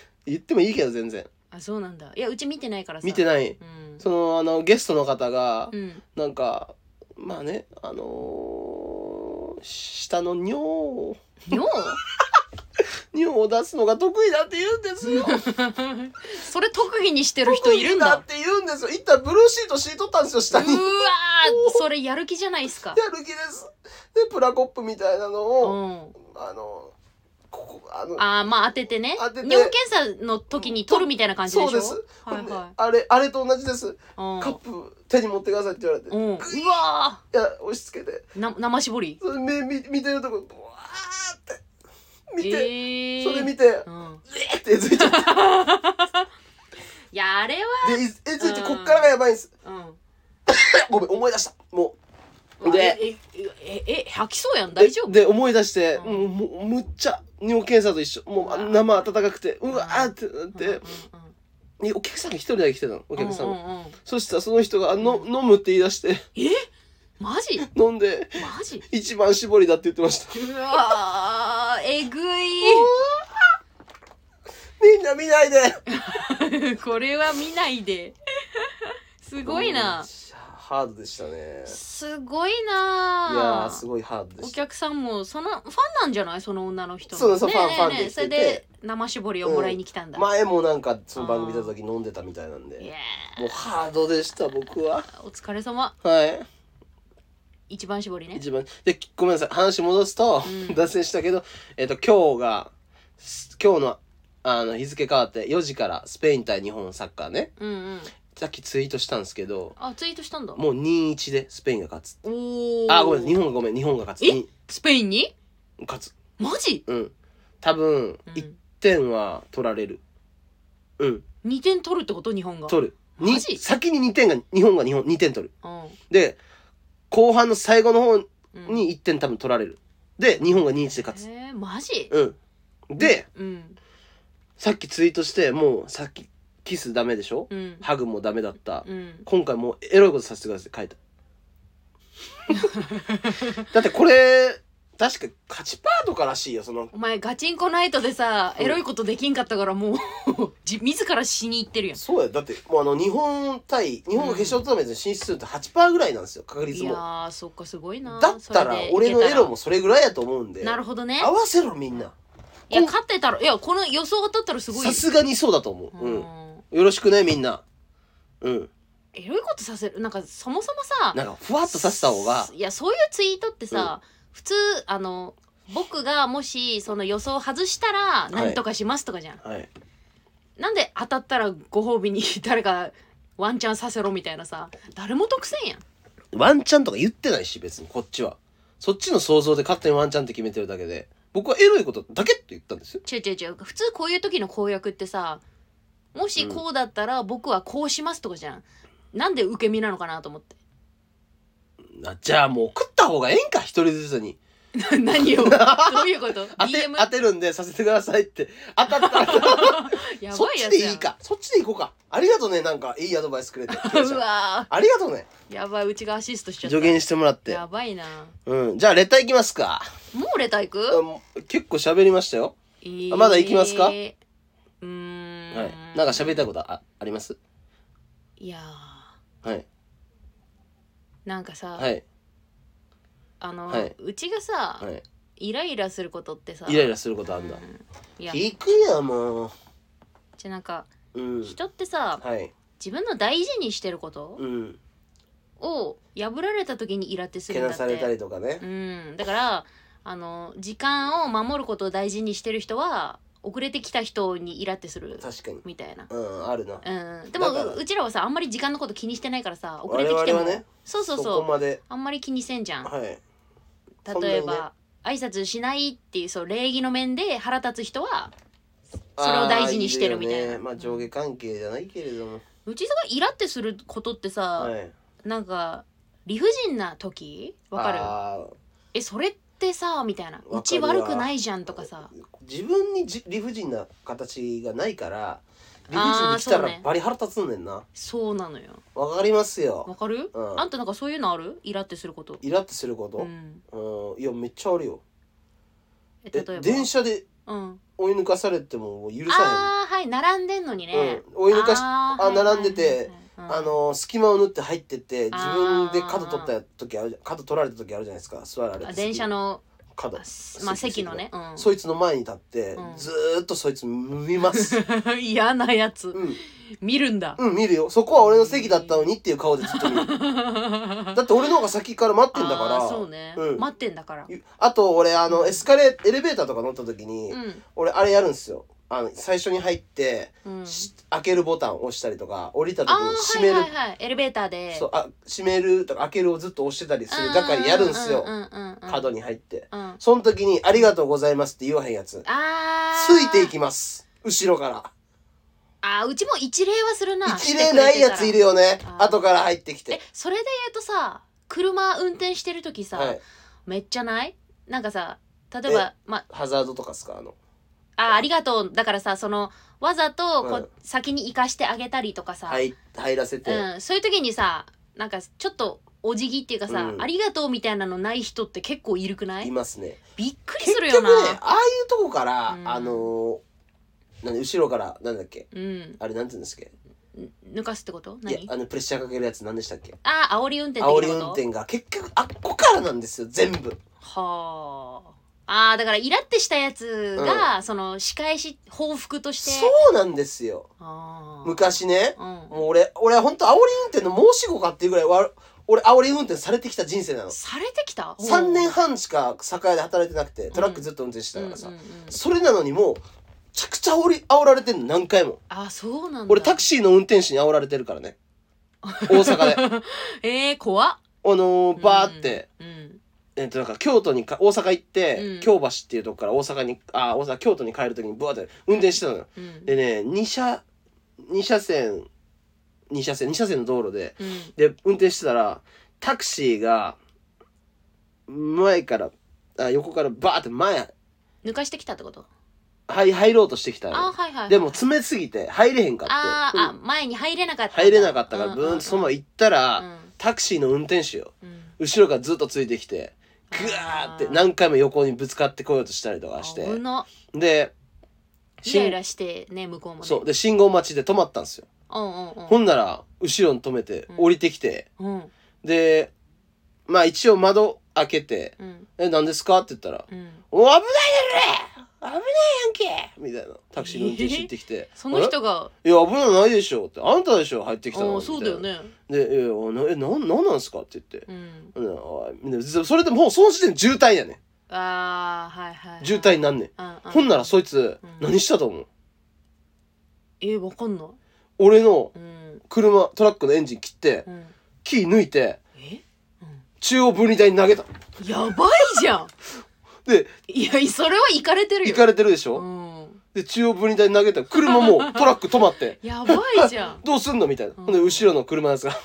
Speaker 2: 言ってもいいけど全然
Speaker 1: あそうなんだいやうち見てないからさ
Speaker 2: 見て
Speaker 1: ない
Speaker 2: ない
Speaker 1: うん
Speaker 2: そのあのゲストの方が
Speaker 1: うん
Speaker 2: なんかまあねあのー下の尿を
Speaker 1: 尿
Speaker 2: 尿を出すのが得意だって言うんですよ
Speaker 1: それ特技にしてる 人
Speaker 2: 得
Speaker 1: いる
Speaker 2: 意
Speaker 1: ん
Speaker 2: だ
Speaker 1: だ
Speaker 2: って言うんですよ一旦ブルーシート敷いとったんですよ
Speaker 1: う
Speaker 2: 下
Speaker 1: わ
Speaker 2: に
Speaker 1: ー
Speaker 2: や
Speaker 1: それやる気じゃないですか
Speaker 2: る気ですでプラコップみたいなの
Speaker 1: う
Speaker 2: を、
Speaker 1: ん
Speaker 2: あのここあの
Speaker 1: ああまあ当ててね
Speaker 2: 当てて
Speaker 1: 尿検査の時に取るみたいな感じでしょ
Speaker 2: そうです、
Speaker 1: はい
Speaker 2: ほんで
Speaker 1: はい
Speaker 2: あれあれと同じです、
Speaker 1: うん
Speaker 2: カップ手に持ってくださいって言われて、
Speaker 1: う
Speaker 2: い
Speaker 1: んうわ
Speaker 2: や押し付けて
Speaker 1: ーな生絞り
Speaker 2: それ目見見てるとこブワーって見て、
Speaker 1: ええ
Speaker 2: それ見て、う
Speaker 1: うん
Speaker 2: えってえずいちゃって
Speaker 1: いやあれは
Speaker 2: でええずいてこっからがやばいんです、
Speaker 1: うん
Speaker 2: ごめん思い出したも
Speaker 1: うわ
Speaker 2: で
Speaker 1: ええええ吐きそうやん
Speaker 2: う
Speaker 1: 大丈夫
Speaker 2: でで思い出して、
Speaker 1: う
Speaker 2: もうもうむっちゃ尿検査と一緒もうあ
Speaker 1: うわ
Speaker 2: 生温かくてうわーってなっ
Speaker 1: うんうん
Speaker 2: て
Speaker 1: うん、
Speaker 2: でお客さんが一人だけ来てたのお客さんが、
Speaker 1: うんうんうん
Speaker 2: そしたらその人があの、
Speaker 1: う
Speaker 2: 飲むって言い出して
Speaker 1: えマジ
Speaker 2: 飲んで
Speaker 1: マジ
Speaker 2: 一番絞りだって言ってました
Speaker 1: うわーえぐ
Speaker 2: みんな見ないで
Speaker 1: いこれは見ないですごい
Speaker 2: うん
Speaker 1: な
Speaker 2: しゃハードでしたね
Speaker 1: すごい
Speaker 2: いやー
Speaker 1: な
Speaker 2: すごいハードで
Speaker 1: お
Speaker 2: した
Speaker 1: 客さんもそのファンなんじゃないその女の人の
Speaker 2: そうそう
Speaker 1: ねえねえ
Speaker 2: ファンファンっ
Speaker 1: ね
Speaker 2: て言
Speaker 1: え
Speaker 2: って
Speaker 1: そ
Speaker 2: て
Speaker 1: れで生絞りをもらいに来たんだ、
Speaker 2: 前もなんかその番組出た時飲んでたみたいなん
Speaker 1: いや
Speaker 2: でもうハードでした僕は
Speaker 1: ーお疲れ様
Speaker 2: はい
Speaker 1: 一番絞りね
Speaker 2: 一番でごめんなさい話戻すと、
Speaker 1: うん
Speaker 2: 脱線したけど、えっと今日がす今日のあの日付変わって4時からスペイン対日本サッカーね
Speaker 1: うんうん
Speaker 2: さっきツイートしたんですけど
Speaker 1: あツイートしたんだ
Speaker 2: もう2-1でスペインが勝つ
Speaker 1: おお
Speaker 2: あごめん日本がごめん日本が勝つ
Speaker 1: え
Speaker 2: に
Speaker 1: スペインに
Speaker 2: 勝つ
Speaker 1: マジ、
Speaker 2: うん多分、
Speaker 1: う
Speaker 2: 1
Speaker 1: ん、
Speaker 2: 点は取られるうん
Speaker 1: 2点取るってこと日本が
Speaker 2: 取る
Speaker 1: マ
Speaker 2: に
Speaker 1: ジ
Speaker 2: 先に2点が日本が日本2点取る
Speaker 1: うん
Speaker 2: で後半の最後の方
Speaker 1: うん
Speaker 2: に1点多分取られるで日本が2-1で勝つ
Speaker 1: えー、マジ
Speaker 2: うんで、
Speaker 1: うん
Speaker 2: さっきツイートしてもうさっきキスダメでしょ、
Speaker 1: うん
Speaker 2: ハグもダメだった、
Speaker 1: うん
Speaker 2: 今回もうエロいことさせてくださいって書い ただってこれ確か勝ちパーとからしいよその
Speaker 1: お前ガチンコナイトでさ
Speaker 2: うん
Speaker 1: エロいことできんかったからもう じ自ら死に行ってるやん
Speaker 2: そうやだってもうあの日本対日本が決勝トーナメントに進出するって8パーぐらいなんですよ確率
Speaker 1: いや
Speaker 2: も
Speaker 1: ーそっかすごいな
Speaker 2: だったら
Speaker 1: それで
Speaker 2: 俺
Speaker 1: いけ
Speaker 2: の
Speaker 1: た
Speaker 2: エ
Speaker 1: ら
Speaker 2: ロもそれぐらいやと思うんで
Speaker 1: なるほどね
Speaker 2: 合わせろみんない
Speaker 1: や勝ってたらいやこの予想当たったらすごいよ
Speaker 2: さすがにそうだと思う、
Speaker 1: う
Speaker 2: うんん、よろしくねみんなうん
Speaker 1: エロいことさせるなんかそもそもさ
Speaker 2: なんかふわっとさせた方が
Speaker 1: いやそういうツイートってさ、普通あの僕がもしその予想外したら
Speaker 2: い
Speaker 1: 何とかしますとかじゃん、
Speaker 2: はい
Speaker 1: なんで当たったらご褒美に 誰かワンチャンさせろみたいなさ誰も得せんやん
Speaker 2: ワンチャンとか言ってないし、別にこっちは。そっちの想像で勝手にワンチャンって決めてるだけで、僕はエロいことだけって言ったんですよ。
Speaker 1: 違う違う違う普通こういう時の公約ってさもしこうだったら僕はこうしますとかじゃん、なんで受け身なのかなと思 って
Speaker 2: なじゃあもう食った方がええんか、一人ずつに。
Speaker 1: 何 をどういうこと
Speaker 2: 当て
Speaker 1: DM、
Speaker 2: 当てるんでさせてくださいって。当たったら、
Speaker 1: や
Speaker 2: そっ
Speaker 1: ばい
Speaker 2: ち
Speaker 1: やつ
Speaker 2: で
Speaker 1: やん
Speaker 2: いいか。そっちでいこうか。ありがとうね、なんか、いいアドバイスくれ て。
Speaker 1: うわ
Speaker 2: ありがとうね。
Speaker 1: ーやばいうちがアシストしちゃった
Speaker 2: 助言してもらって
Speaker 1: や。ばいな
Speaker 2: うん。じゃあ、レター行きますか。
Speaker 1: もうレター行く、
Speaker 2: うん結構喋りましたよ。
Speaker 1: えー
Speaker 2: あまだ行きますか
Speaker 1: うーん、
Speaker 2: はい。なんか喋りたいことああります
Speaker 1: いやー
Speaker 2: はい。
Speaker 1: なんかさ、
Speaker 2: はい。
Speaker 1: あの、
Speaker 2: はいう
Speaker 1: ちがさ、
Speaker 2: はい。
Speaker 1: イライラすることってさ
Speaker 2: イライラすることあんだ
Speaker 1: う。いや
Speaker 2: 聞くや、もう。
Speaker 1: じゃあなんか
Speaker 2: うん。
Speaker 1: 人ってさ
Speaker 2: はい。
Speaker 1: 自分の大事にしてること
Speaker 2: うん。
Speaker 1: を破られた時にイラってす
Speaker 2: け
Speaker 1: るん
Speaker 2: な
Speaker 1: だって
Speaker 2: されたりとかね
Speaker 1: う。んだからあの時間を守ることを大事にしてる人は遅れてきた人にイラってする
Speaker 2: 確かに。
Speaker 1: みたいな
Speaker 2: うん、あるな。
Speaker 1: うんでも
Speaker 2: だから
Speaker 1: ううちらはさあんまり時間のこと気にしてないからさ遅れてき
Speaker 2: 我
Speaker 1: て
Speaker 2: 々
Speaker 1: も、
Speaker 2: はね
Speaker 1: そうそう
Speaker 2: そこ
Speaker 1: そう
Speaker 2: まで。
Speaker 1: あんまり気にせんじゃん
Speaker 2: はい。そんなにね
Speaker 1: 例えば、挨拶しないっていうそう礼儀の面で腹立つ人は
Speaker 2: あー
Speaker 1: それを大事にしてるみたいな
Speaker 2: るよねまあ上下関係じゃないけれども。
Speaker 1: うちがイラってすることってさ、
Speaker 2: はい。
Speaker 1: なんか理不尽な時わかる
Speaker 2: か
Speaker 1: えそれってさみたいな
Speaker 2: わ
Speaker 1: う
Speaker 2: か
Speaker 1: ち
Speaker 2: るわ
Speaker 1: 悪くないじゃんとかさ
Speaker 2: る。自分にじ理不尽な形がないから、理不尽
Speaker 1: あー
Speaker 2: に来た
Speaker 1: そう
Speaker 2: ら
Speaker 1: ね
Speaker 2: バリ腹立つんねんな。
Speaker 1: そうなのよ
Speaker 2: わかります
Speaker 1: わ
Speaker 2: よ。
Speaker 1: かる、
Speaker 2: うん
Speaker 1: あんたなんかそういうのあるイラってすること
Speaker 2: イラってするこ
Speaker 1: う
Speaker 2: と。
Speaker 1: ん
Speaker 2: うん。いや、めっちゃあるよ。
Speaker 1: え例
Speaker 2: え
Speaker 1: えば、
Speaker 2: 電車で
Speaker 1: うん、
Speaker 2: 追い抜かされてももう許さ
Speaker 1: ああーはい並んでんのに
Speaker 2: へんもん。
Speaker 1: ね、
Speaker 2: うん。追い抜かし、
Speaker 1: あー
Speaker 2: あ
Speaker 1: はいはいはい
Speaker 2: 並んでて
Speaker 1: はいうん
Speaker 2: あの隙間を縫って入ってって自分で角
Speaker 1: あー
Speaker 2: 取った時あるじゃん角取られた時あるじゃないですか座られ
Speaker 1: あ
Speaker 2: て
Speaker 1: 電車の
Speaker 2: 角
Speaker 1: あすまあ席のね、うん、
Speaker 2: そいつの前に立って、
Speaker 1: うん
Speaker 2: ずーっとそいつ見ます
Speaker 1: 嫌なやつ
Speaker 2: うん、
Speaker 1: 見るんだ
Speaker 2: うん、見るよそこは俺の席だったのにっていう顔でずっと 見る
Speaker 1: だ
Speaker 2: だって俺の方が先から待ってんだか
Speaker 1: あ
Speaker 2: ら
Speaker 1: ーそうね、
Speaker 2: うん
Speaker 1: 待ってんだから
Speaker 2: ゆあと俺あのエスカレエレベーターとか乗った時に、
Speaker 1: うん
Speaker 2: 俺あれやるんですよあの最初に入って、
Speaker 1: うん
Speaker 2: し開けるボタンを押したりとか降りた時
Speaker 1: あ
Speaker 2: に
Speaker 1: ー
Speaker 2: 閉める、
Speaker 1: はいはいはいエレベーターで
Speaker 2: そうあ閉めるとか開けるをずっと押してたりす
Speaker 1: う
Speaker 2: る
Speaker 1: ん
Speaker 2: 係やるんですよ、
Speaker 1: うんうんうんうん
Speaker 2: 角に入って。
Speaker 1: うんあ
Speaker 2: その時に、ありがとうございますって言わへんやつ。つ
Speaker 1: ー
Speaker 2: いていきます。後ろか
Speaker 1: あーうちも一礼はするな
Speaker 2: ら。一例ないやついるよね。
Speaker 1: あー
Speaker 2: 後から入ってき
Speaker 1: え
Speaker 2: て。
Speaker 1: それで言うとさ車運転してる時さ、
Speaker 2: はい。
Speaker 1: めっちゃないなんかさ例えばま
Speaker 2: ハザードとかっすかあの。
Speaker 1: あありがとうだからさそのわざとこ、
Speaker 2: うん
Speaker 1: 先に行かしてあげたりとかさ、
Speaker 2: 入、入らせて。
Speaker 1: うん、そういう時にさなんかちょっとお辞儀っていうかさ、
Speaker 2: うん
Speaker 1: ありがとうみたいなのない人って結構いるくない
Speaker 2: いますね。
Speaker 1: びっくり
Speaker 2: 結
Speaker 1: す
Speaker 2: 局
Speaker 1: る
Speaker 2: ね
Speaker 1: よな、
Speaker 2: ああいうとこから、
Speaker 1: うん
Speaker 2: あのー、なんで後ろから、なんだっけ
Speaker 1: うん
Speaker 2: あれなんて言うんですっけ
Speaker 1: 抜かすってこと
Speaker 2: いや
Speaker 1: 何
Speaker 2: あのプレッシャーかけるやつ何でしたっけ
Speaker 1: ああ煽り運転的なこ
Speaker 2: 煽
Speaker 1: と
Speaker 2: り運転が結局あっこからなんですよ全部
Speaker 1: はああーだからイラってしたやつが、その仕返し報復として
Speaker 2: そうなんですよ
Speaker 1: あー
Speaker 2: 昔ね
Speaker 1: うん
Speaker 2: もう俺俺本当煽り運転の申し子かっていうぐらいわ俺煽り運転されてきた人生なの
Speaker 1: されてきた
Speaker 2: 3年半しか酒屋で働いてなくてトラックずっと運転してた
Speaker 1: う
Speaker 2: か
Speaker 1: ん
Speaker 2: らさ、
Speaker 1: うんうんうん
Speaker 2: それなのにもうめちゃくちゃ煽り煽られてんの何回も
Speaker 1: あそうなんだ
Speaker 2: 俺タクシーの運転手に煽られてるか らね大阪であ
Speaker 1: えー、怖っ
Speaker 2: のー、バーって、
Speaker 1: うんうん
Speaker 2: えっとなんか京都にか大阪行って、
Speaker 1: うん
Speaker 2: 京橋っていうとこから大阪にあ大阪京都に帰る時にブワーって運転してたのよ
Speaker 1: うん
Speaker 2: でね2車2車線2車線2車線の道路で
Speaker 1: うん
Speaker 2: で運転してたらタクシーが前からあ横からバーって前
Speaker 1: 抜かしてきたってこと
Speaker 2: はい入ろうとしてきたのよ
Speaker 1: あはいはい
Speaker 2: でも詰めすぎて入れへんかって
Speaker 1: あーあ
Speaker 2: うん
Speaker 1: 前に入れなかったんだ
Speaker 2: 入れなかったから
Speaker 1: うん
Speaker 2: ブーンとそのまま
Speaker 1: うん
Speaker 2: 行った
Speaker 1: う
Speaker 2: ら
Speaker 1: ん
Speaker 2: タクシーの運転手よ
Speaker 1: うん
Speaker 2: 後ろからずっとついてきてグワーって何回も横にぶつかってこようとしたりとかして
Speaker 1: 危な
Speaker 2: で
Speaker 1: イライ
Speaker 2: 信
Speaker 1: ラしてね向こうもね
Speaker 2: そうで信号待ちで止まったんですよ
Speaker 1: うんうんうん
Speaker 2: ほんなら後ろに止めて
Speaker 1: うん
Speaker 2: 降りてきて
Speaker 1: うん
Speaker 2: でまあ一応窓開けて
Speaker 1: うん
Speaker 2: 「え何ですか?」って言ったら
Speaker 1: うん
Speaker 2: 「お危ないやろ危ないやんけ!」みたいなタクシーの運転手行ってきて「
Speaker 1: その人が
Speaker 2: あれいや危ないないでしょ」って「あんたでしょ入ってきたの」
Speaker 1: あそうだよ
Speaker 2: みたい
Speaker 1: ね
Speaker 2: なで「えなえなんなんなんすか?」って言って
Speaker 1: うん
Speaker 2: うんおいみんなそれでもうその時点で渋滞やね
Speaker 1: ああはいはいはい
Speaker 2: ん渋滞になんねん
Speaker 1: うんうん
Speaker 2: ほんならそいつ
Speaker 1: うん
Speaker 2: 何したと思う
Speaker 1: えー、わかんない
Speaker 2: 俺の
Speaker 1: うん
Speaker 2: 車トラックのエンジン切って
Speaker 1: うん
Speaker 2: キー抜いて
Speaker 1: えうん
Speaker 2: 中央分離帯に投げた
Speaker 1: やばいじゃん
Speaker 2: で
Speaker 1: いやそれは行かれてるよ
Speaker 2: 行かれてるでしょ、
Speaker 1: うん
Speaker 2: で中央分離帯に投げたら車もうトラック止まって
Speaker 1: やばいじゃん
Speaker 2: どうすんのみたいな、
Speaker 1: うん
Speaker 2: ほんで後ろの車のやつが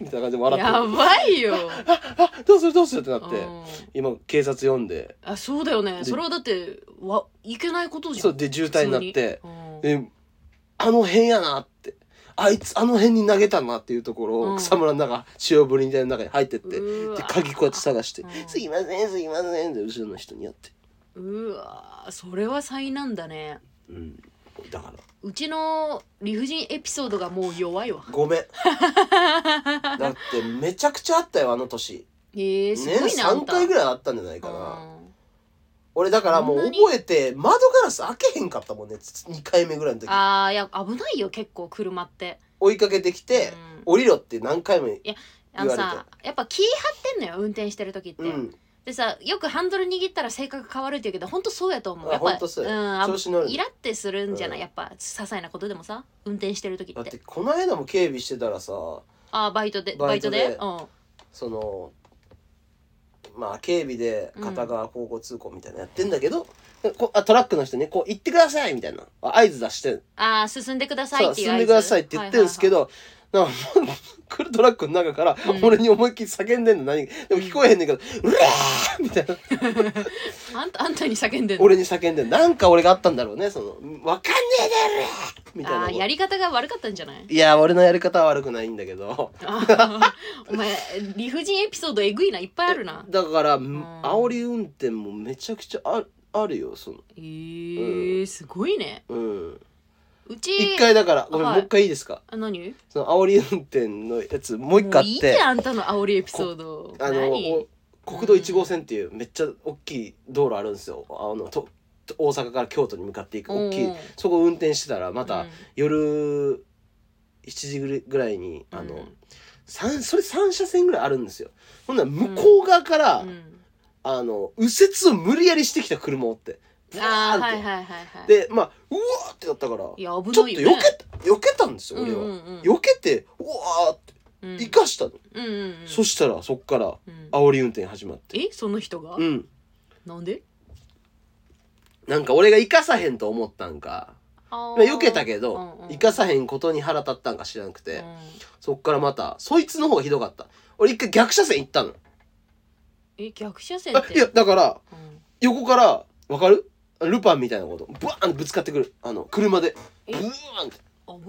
Speaker 2: みたいな感じで笑って
Speaker 1: やばいよ
Speaker 2: あどうするどうするってなって、
Speaker 1: うん
Speaker 2: 今警察呼んで
Speaker 1: あそうだよね
Speaker 2: で
Speaker 1: それはだってわいけないことじゃん
Speaker 2: そうで渋滞になって
Speaker 1: 普通にうん
Speaker 2: であの辺やなってあいつあの辺に投げたなっていうところ
Speaker 1: う
Speaker 2: を
Speaker 1: ん
Speaker 2: 草むらの中中央分離帯の中に入ってって、
Speaker 1: う
Speaker 2: で
Speaker 1: わ
Speaker 2: 鍵こうやって探して
Speaker 1: うん
Speaker 2: 「すいませんすいません」って後ろの人にやって、
Speaker 1: うわそれは災難だね
Speaker 2: うん、だから
Speaker 1: うちの理不尽エピソードがもう弱いわ
Speaker 2: ごめんだってめちゃくちゃあったよあの年
Speaker 1: えー、す
Speaker 2: 年
Speaker 1: ごいなあん
Speaker 2: 3
Speaker 1: た
Speaker 2: 回ぐらいあったんじゃないかな
Speaker 1: うん
Speaker 2: 俺だからもう
Speaker 1: そんなに
Speaker 2: 覚えて窓ガラス開けへんかったもんね2回目ぐらいの時
Speaker 1: あーいや危ないよ結構車って
Speaker 2: 追いかけてきて
Speaker 1: うん
Speaker 2: 降りろって何回も
Speaker 1: あの
Speaker 2: 言わ
Speaker 1: さやっぱ気張ってんのよ運転してる時って、
Speaker 2: うん
Speaker 1: でさよくハンドル握ったら性格変わるって言うけど本当そうやと思う
Speaker 2: あ
Speaker 1: やっぱ
Speaker 2: ほんとそうや
Speaker 1: ん、
Speaker 2: 調子乗る
Speaker 1: イラってするんじゃない、
Speaker 2: うん
Speaker 1: やっぱ些細なことでもさ運転してる時
Speaker 2: だ
Speaker 1: っ
Speaker 2: っててこの間も警備してたらさ
Speaker 1: ああバイトで
Speaker 2: バ
Speaker 1: バ
Speaker 2: イ
Speaker 1: イ
Speaker 2: ト
Speaker 1: ト
Speaker 2: で
Speaker 1: でうん
Speaker 2: そのまあ警備で片側交互通行みたいなのやってんだけど、こあトラックの人ねこう行ってくださいみたいなあ合図出して
Speaker 1: ああ進んでください
Speaker 2: さ
Speaker 1: っ
Speaker 2: あ
Speaker 1: ていう合
Speaker 2: 進ん
Speaker 1: 図
Speaker 2: でくださいって言ってるんですけ
Speaker 1: はいはいはい
Speaker 2: ど、なんか来るトラックの中から
Speaker 1: うん
Speaker 2: 俺に思いっきり叫んでんの何でも聞こえへんねんけど「うわー!」みたいな
Speaker 1: あんたあんたに叫んでる
Speaker 2: 俺に叫んでんなんか俺があったんだろうねその「わかんねえだろ!」みたい
Speaker 1: あ
Speaker 2: な
Speaker 1: あ
Speaker 2: こと
Speaker 1: やり方が悪かったんじゃ ない
Speaker 2: いや俺のやり方は悪くないんだけど
Speaker 1: あーお前理不尽エピソードえぐいないっぱいあるな
Speaker 2: だから、
Speaker 1: ん
Speaker 2: 煽り運転もめちゃくちゃああるよその
Speaker 1: えー、すごいね
Speaker 2: うん
Speaker 1: うち
Speaker 2: 一回だからごめん、
Speaker 1: はい
Speaker 2: もう一回いいですか
Speaker 1: あ何
Speaker 2: その煽り運転のやつもう一
Speaker 1: もう
Speaker 2: 回
Speaker 1: いい
Speaker 2: あっ
Speaker 1: じ
Speaker 2: て
Speaker 1: ゃんあんたの煽りエピソード
Speaker 2: あの
Speaker 1: 何
Speaker 2: お国道1号線っていうめっちゃ大きい道路あるんですよあのとと大阪から京都に向かっていく大きい
Speaker 1: うん
Speaker 2: そこ運転してたらま
Speaker 1: う
Speaker 2: た
Speaker 1: ん
Speaker 2: 夜7時ぐらいにあ
Speaker 1: う
Speaker 2: の
Speaker 1: ん
Speaker 2: 三それ3車線ぐらいあるんですよほんなら向こう側から、
Speaker 1: うん
Speaker 2: あの右折を無理やりしてきた車をってブ
Speaker 1: あ
Speaker 2: ワ
Speaker 1: ー
Speaker 2: ーンって、
Speaker 1: はいはいはいはい
Speaker 2: でまあうわーってなったから
Speaker 1: いや危
Speaker 2: ちょっと
Speaker 1: ない
Speaker 2: 避
Speaker 1: よ、
Speaker 2: け
Speaker 1: ね、
Speaker 2: た避けたんですよ俺は、
Speaker 1: うんうんうん
Speaker 2: 避けてうわーって
Speaker 1: うん
Speaker 2: 生かしたの、
Speaker 1: うんうんうん
Speaker 2: そしたらそっから
Speaker 1: うん
Speaker 2: 煽り運転始まって
Speaker 1: えその人が、
Speaker 2: うん
Speaker 1: なんで
Speaker 2: なんか俺が生かさへんと思ったんか
Speaker 1: あ
Speaker 2: まあ避けたけど、生か
Speaker 1: せ
Speaker 2: さへんことに腹立ったんか知らなくて、
Speaker 1: て
Speaker 2: そっからまたそいつの方がひどかった俺一回逆車線行ったの
Speaker 1: え逆車線っ
Speaker 2: あ
Speaker 1: て
Speaker 2: いやだから
Speaker 1: うん
Speaker 2: 横からわかるルパンみたいなことバーンぶつかってくるあの車で
Speaker 1: え
Speaker 2: ブーンって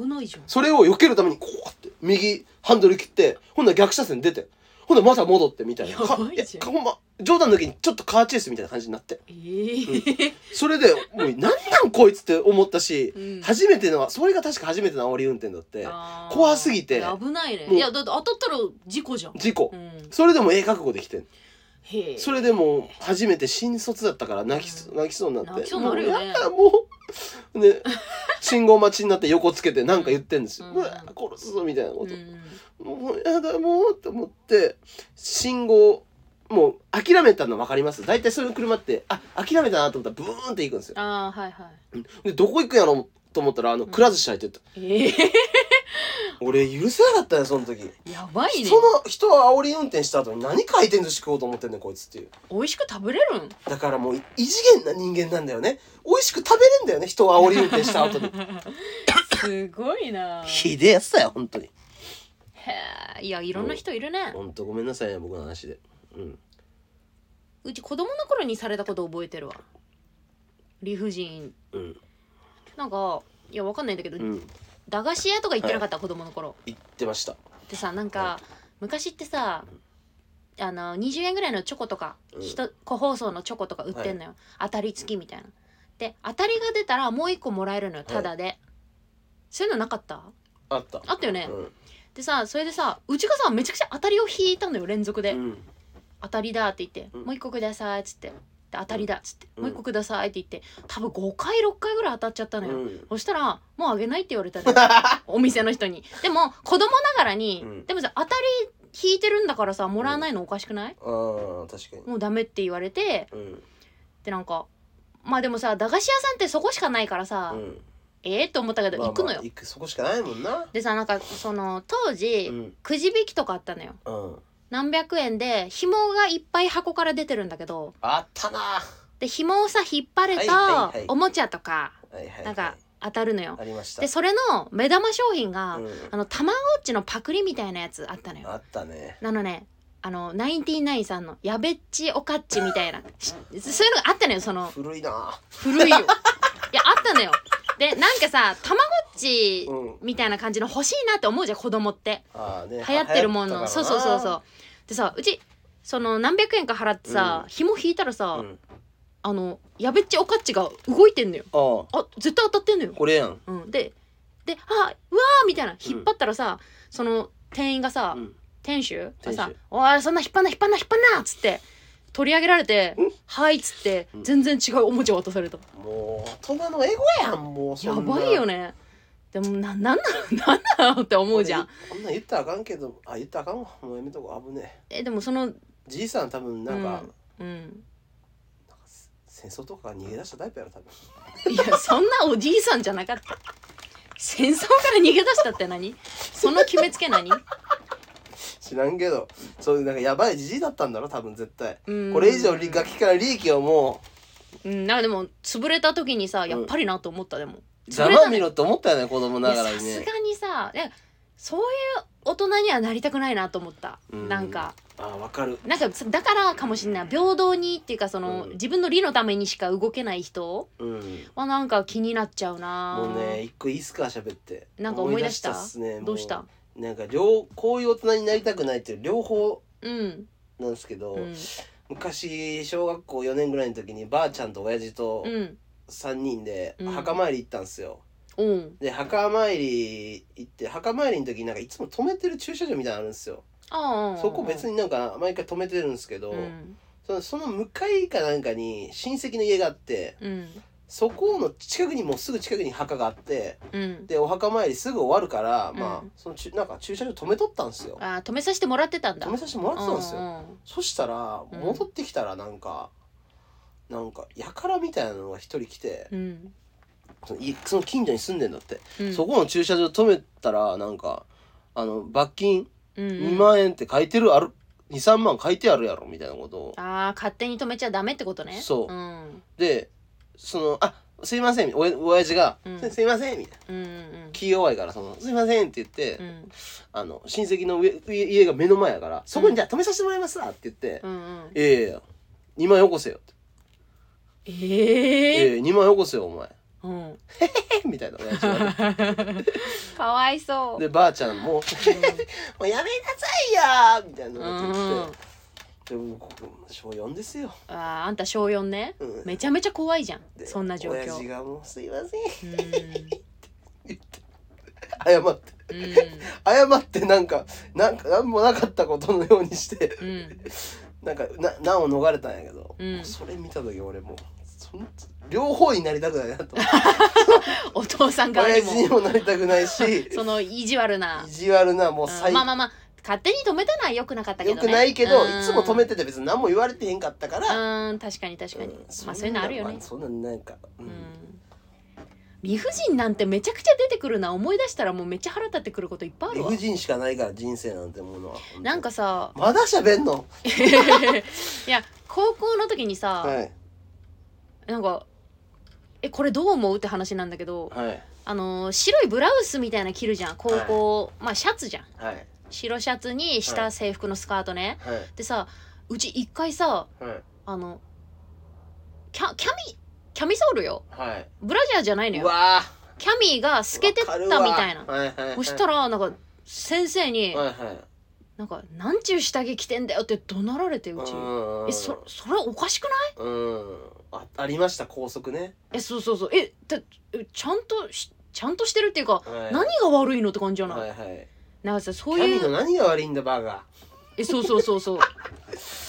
Speaker 1: 危ないじゃん
Speaker 2: それを避けるためにこうやって右ハンドル切ってほんなら逆車線出てほんでまた戻ってみたいな。
Speaker 1: やばい
Speaker 2: か
Speaker 1: じゃん
Speaker 2: かほんま、冗談抜きにちょっとカーチェイスみたいな感じになって。
Speaker 1: えー
Speaker 2: それで、もう、なんなんこいつって思ったし、
Speaker 1: うん
Speaker 2: 初めてのは、それが確か初めての煽り運転だって、
Speaker 1: あー
Speaker 2: 怖すぎて
Speaker 1: 危ないね
Speaker 2: もう
Speaker 1: いやだって当たったら事故じゃん、
Speaker 2: 事故
Speaker 1: う。ん、
Speaker 2: それでもええ覚悟できてん。
Speaker 1: へえ
Speaker 2: それでもう初めて新卒だったから泣きそう泣きそうになって
Speaker 1: 泣きそうになるよね
Speaker 2: もうやだもうね信号待ちになって横つけてなんか言ってんですよ、
Speaker 1: う
Speaker 2: うんわ殺すぞみたいなこ
Speaker 1: う
Speaker 2: と、
Speaker 1: ん
Speaker 2: もうやだもうと思って信号もう諦めたの分かります大体そういう車ってあ諦めたなと思ったらブーンって行くんですよ
Speaker 1: ああはいはい
Speaker 2: でどこ行くんやろと思ったらあの
Speaker 1: うん
Speaker 2: くら寿司入ってった、
Speaker 1: ええ
Speaker 2: 俺許せなかったよその時
Speaker 1: やばいね
Speaker 2: 人の人は煽り運転した後に何回転寿司食おうと思ってんねんこいつっていう
Speaker 1: 美味しく食べれる ん
Speaker 2: だからもうい異次元な人間なんだよね美味しく食べれんだよね人を煽り運転した 後に
Speaker 1: すごいな
Speaker 2: ひでえやつだよ本当に
Speaker 1: へえいやいろんな人いるね
Speaker 2: 本当ごめんなさいね僕の話でうん
Speaker 1: うち子供の頃にされたこと覚えてるわ理不尽
Speaker 2: うん
Speaker 1: なんかいやわかんないんだけど、
Speaker 2: うん
Speaker 1: 駄菓子屋とか行ってなかった、子供の頃
Speaker 2: 言ってました
Speaker 1: でさなんか、昔ってさあの20円ぐらいのチョコとか、
Speaker 2: うん
Speaker 1: ひと個包装のチョコとか売ってんのよ、当たり付きみたいなで当たりが出たらもう一個もらえるのよタダで、そういうのなかった
Speaker 2: あった
Speaker 1: あったよね、
Speaker 2: うん
Speaker 1: でさそれでさうちがさめちゃくちゃ当たりを引いたのよ連続で、
Speaker 2: うん
Speaker 1: 当たりだって言って、
Speaker 2: うん
Speaker 1: もう一個くださいっつってで当たりだっつって、
Speaker 2: うん
Speaker 1: もう一個くださいって言って多分5回6回ぐらい当たっちゃった
Speaker 2: う
Speaker 1: のよ、
Speaker 2: ん
Speaker 1: そしたらもうあげないって言われた のよお店の人にでも子供ながらに、
Speaker 2: うん
Speaker 1: でもさ当たり引いてるんだからさもらわないのおかしくない、
Speaker 2: あー確かに
Speaker 1: もうダメって言われて
Speaker 2: うん
Speaker 1: でなんかまあでもさ駄菓子屋さんってそこしかないからさ、
Speaker 2: うん
Speaker 1: ええと思ったけど
Speaker 2: まあ
Speaker 1: 行くのよ、
Speaker 2: まあ行くそこしかないもんな
Speaker 1: でさなんかその当時、
Speaker 2: うん
Speaker 1: くじ引きとかあったのよ
Speaker 2: うん
Speaker 1: 何百円で紐がいっぱい箱から出てるんだけど
Speaker 2: あったなは
Speaker 1: で紐をさ引っ張る
Speaker 2: はい
Speaker 1: と、
Speaker 2: はいはい
Speaker 1: おもちゃとか
Speaker 2: いはいはい
Speaker 1: なんか当たるのよ、
Speaker 2: ありました
Speaker 1: でそれの目玉商品が、
Speaker 2: うん
Speaker 1: あのたまごっちのパクリみたいなやつあったのよ
Speaker 2: あったね
Speaker 1: なのねあのナインティナインさんのやべっちおかっちみたいなしそういうのがあったのよその
Speaker 2: 古いな
Speaker 1: 古 いよいやあったのよでなんかさたまごっち
Speaker 2: うん
Speaker 1: みたいな感じの欲しいなって思うじゃん子供って
Speaker 2: あーね
Speaker 1: 流行ってるも
Speaker 2: 流
Speaker 1: の
Speaker 2: 行ったか
Speaker 1: そう
Speaker 2: ら
Speaker 1: そうそうそ
Speaker 2: な
Speaker 1: うでさうちその何百円か払ってさ、
Speaker 2: うん
Speaker 1: 紐引いたらさ、
Speaker 2: うん
Speaker 1: あのやべっちおかっちが動いてんのよ
Speaker 2: あ
Speaker 1: あ絶対当たってんのよ
Speaker 2: あこれやん
Speaker 1: うん、でで「あうわー」みたいな引っ張ったらさ、その店員がさ、
Speaker 2: うん
Speaker 1: 店主がさ
Speaker 2: 店主
Speaker 1: 「おいそんな引っ張んな引っ張んな引っ張んな」っつって取り上げられて
Speaker 2: うん
Speaker 1: 「はい」っつって
Speaker 2: うん
Speaker 1: 全然違うおもちゃ渡された
Speaker 2: もう大人のエゴやんもう
Speaker 1: や
Speaker 2: そんな
Speaker 1: ばいよねでもななんなのなんなのって思うじゃん
Speaker 2: こんなん言ったらあかんけどあ言ったらあかんわもうやめとこう危ねえ
Speaker 1: えでもその
Speaker 2: じいさん多分なんか、
Speaker 1: うんうん
Speaker 2: 戦争とかから逃げ出したタイプやろ多分
Speaker 1: いやそんなおじいさんじゃなかった戦争から逃げ出したって何その決めつけ何
Speaker 2: 知らんけどそういうなんかやばいじじいだったんだろ多分絶対
Speaker 1: うん
Speaker 2: これ以上利ガキから利益をも
Speaker 1: うんなんかでも潰れた時にさやっぱりなと思ったでも
Speaker 2: う
Speaker 1: そ
Speaker 2: ざ
Speaker 1: れだね
Speaker 2: まみろって思ったよね子供
Speaker 1: い
Speaker 2: な
Speaker 1: や
Speaker 2: がら
Speaker 1: さ
Speaker 2: に
Speaker 1: す
Speaker 2: ね
Speaker 1: がにさいやそういう大人にはなりたくないなと思った、
Speaker 2: うん
Speaker 1: なんか
Speaker 2: あーわかる
Speaker 1: なんかだからかもしれない平等にっていうかその、
Speaker 2: うん
Speaker 1: 自分の利のためにしか動けない人
Speaker 2: うん
Speaker 1: はなんか気になっちゃうな
Speaker 2: もうね一個いいっすか喋って
Speaker 1: なんか思い出した
Speaker 2: 思っすねも
Speaker 1: どうした
Speaker 2: なんか両こういう大人になりたくないっていう両方
Speaker 1: うん、
Speaker 2: なんですけど、
Speaker 1: うん
Speaker 2: 昔小学校4年ぐらいの時にばあちゃんと親父と
Speaker 1: うん
Speaker 2: 3人で
Speaker 1: うん
Speaker 2: 墓参り行ったんですよ、
Speaker 1: うん
Speaker 2: で墓参り行って墓参りの時になんかいつも止めてる駐車場みたいなのあるんですよ、
Speaker 1: ああ
Speaker 2: そこ別
Speaker 1: に
Speaker 2: になんか毎回止めてるんですけど、
Speaker 1: うん
Speaker 2: そのその向かいかなんかに親戚の家があって
Speaker 1: うん
Speaker 2: そこの近くにもうすぐ近くに墓があって
Speaker 1: うん
Speaker 2: でお墓参りすぐ終わるから、ま
Speaker 1: う
Speaker 2: あ
Speaker 1: ん
Speaker 2: そのちゅなんか駐車場止めとったんですよ
Speaker 1: あー止めさせてもらってたんだ
Speaker 2: 止めさせてもらってたんですよ、
Speaker 1: うん
Speaker 2: そしたら
Speaker 1: うん
Speaker 2: 戻ってきたらなんか、なんかやからみたいなのが一人来て、
Speaker 1: うん
Speaker 2: そのいその近所に住んでんだって、
Speaker 1: うん
Speaker 2: そこの駐車場止めたらなんかあの罰金
Speaker 1: うん
Speaker 2: 2万円って書いてるある23万書いてあるやろみたいなことを
Speaker 1: ああ勝手に止めちゃダメってことね
Speaker 2: そう
Speaker 1: うんで
Speaker 2: でその「あすいません」おや親父が「
Speaker 1: うん
Speaker 2: すすいません」みたいな
Speaker 1: うんうん
Speaker 2: 気弱いからその「すいません」って言って、
Speaker 1: うん
Speaker 2: あの親戚の上家家が目の前やから「そこにじゃあ止めさせてもらいますわ」って言って
Speaker 1: うんうん
Speaker 2: 「いやいやいや2万よこせよ」って
Speaker 1: ええ
Speaker 2: ええ2万よこせよお前
Speaker 1: うん、
Speaker 2: えみたいな親父は
Speaker 1: かわいそう。
Speaker 2: でばあちゃん も「もうやめなさいよ!」みたいな
Speaker 1: う
Speaker 2: の
Speaker 1: ん、う
Speaker 2: が
Speaker 1: ん
Speaker 2: 出てきて、でも小4ですよ、
Speaker 1: あーあんた小4ね、
Speaker 2: うん
Speaker 1: めちゃめちゃ怖いじゃん
Speaker 2: で
Speaker 1: そんな状
Speaker 2: 親
Speaker 1: 況
Speaker 2: 父がもう「すいません
Speaker 1: うん」
Speaker 2: 謝って
Speaker 1: うん
Speaker 2: 謝ってなんかなんか何もなかったことのようにして
Speaker 1: うん
Speaker 2: なんかな難を逃れたんやけど、
Speaker 1: うん
Speaker 2: それ見た時俺もうそん両方になりたくないな と思って
Speaker 1: お父さん側に
Speaker 2: 親
Speaker 1: も
Speaker 2: 父にもなりたくない し
Speaker 1: その意地悪な
Speaker 2: 意地悪なもう
Speaker 1: う
Speaker 2: 最
Speaker 1: んまあまあまあ勝手に止めたのは良くなかったけどね
Speaker 2: よくないけど、
Speaker 1: うん
Speaker 2: いつも止めてて別に何も言われてへんかったから、
Speaker 1: うん確かに確かに、
Speaker 2: ん
Speaker 1: まあそういうのあるよね、
Speaker 2: まそんななんか、うん
Speaker 1: うん理不尽なんてめちゃくちゃ出てくるな思い出したらもうめっちゃ腹立ってくることいっぱいあ
Speaker 2: 理
Speaker 1: るわ
Speaker 2: 不尽しかないから人生なんてものは
Speaker 1: なんかさ
Speaker 2: まだ喋んの
Speaker 1: いや高校の時にさ、
Speaker 2: はい
Speaker 1: なんか「えこれどう思う?」って話なんだけど
Speaker 2: はい
Speaker 1: あのー白いブラウスみたいなの着るじゃん高校、まあシャツじゃん
Speaker 2: はい
Speaker 1: 白シャツに
Speaker 2: は
Speaker 1: 下
Speaker 2: い
Speaker 1: 制服のスカートね、
Speaker 2: はい
Speaker 1: でさうち一回さ
Speaker 2: はい
Speaker 1: あのキャキャミキャミソールよ
Speaker 2: は
Speaker 1: ブラジャーじゃないの
Speaker 2: い
Speaker 1: よ
Speaker 2: うわー
Speaker 1: キャミが透けてったみたいな
Speaker 2: わかるわはいはいはい、
Speaker 1: そしたらなんか先生に
Speaker 2: はいはい
Speaker 1: 「なんかなんちゅう下着着てんだよ」って怒鳴られてうち
Speaker 2: うん
Speaker 1: えそそれおかしくない
Speaker 2: うんあありました校則ね、
Speaker 1: えそうそうそうえだえちゃんとしちゃんとしてるっていうか
Speaker 2: はい、
Speaker 1: 何が悪いのって感じじゃない、
Speaker 2: はいはい
Speaker 1: なんかさそう
Speaker 2: キャ
Speaker 1: い
Speaker 2: ミの
Speaker 1: う
Speaker 2: 何が悪いんだバーガ
Speaker 1: えそうそうそう そう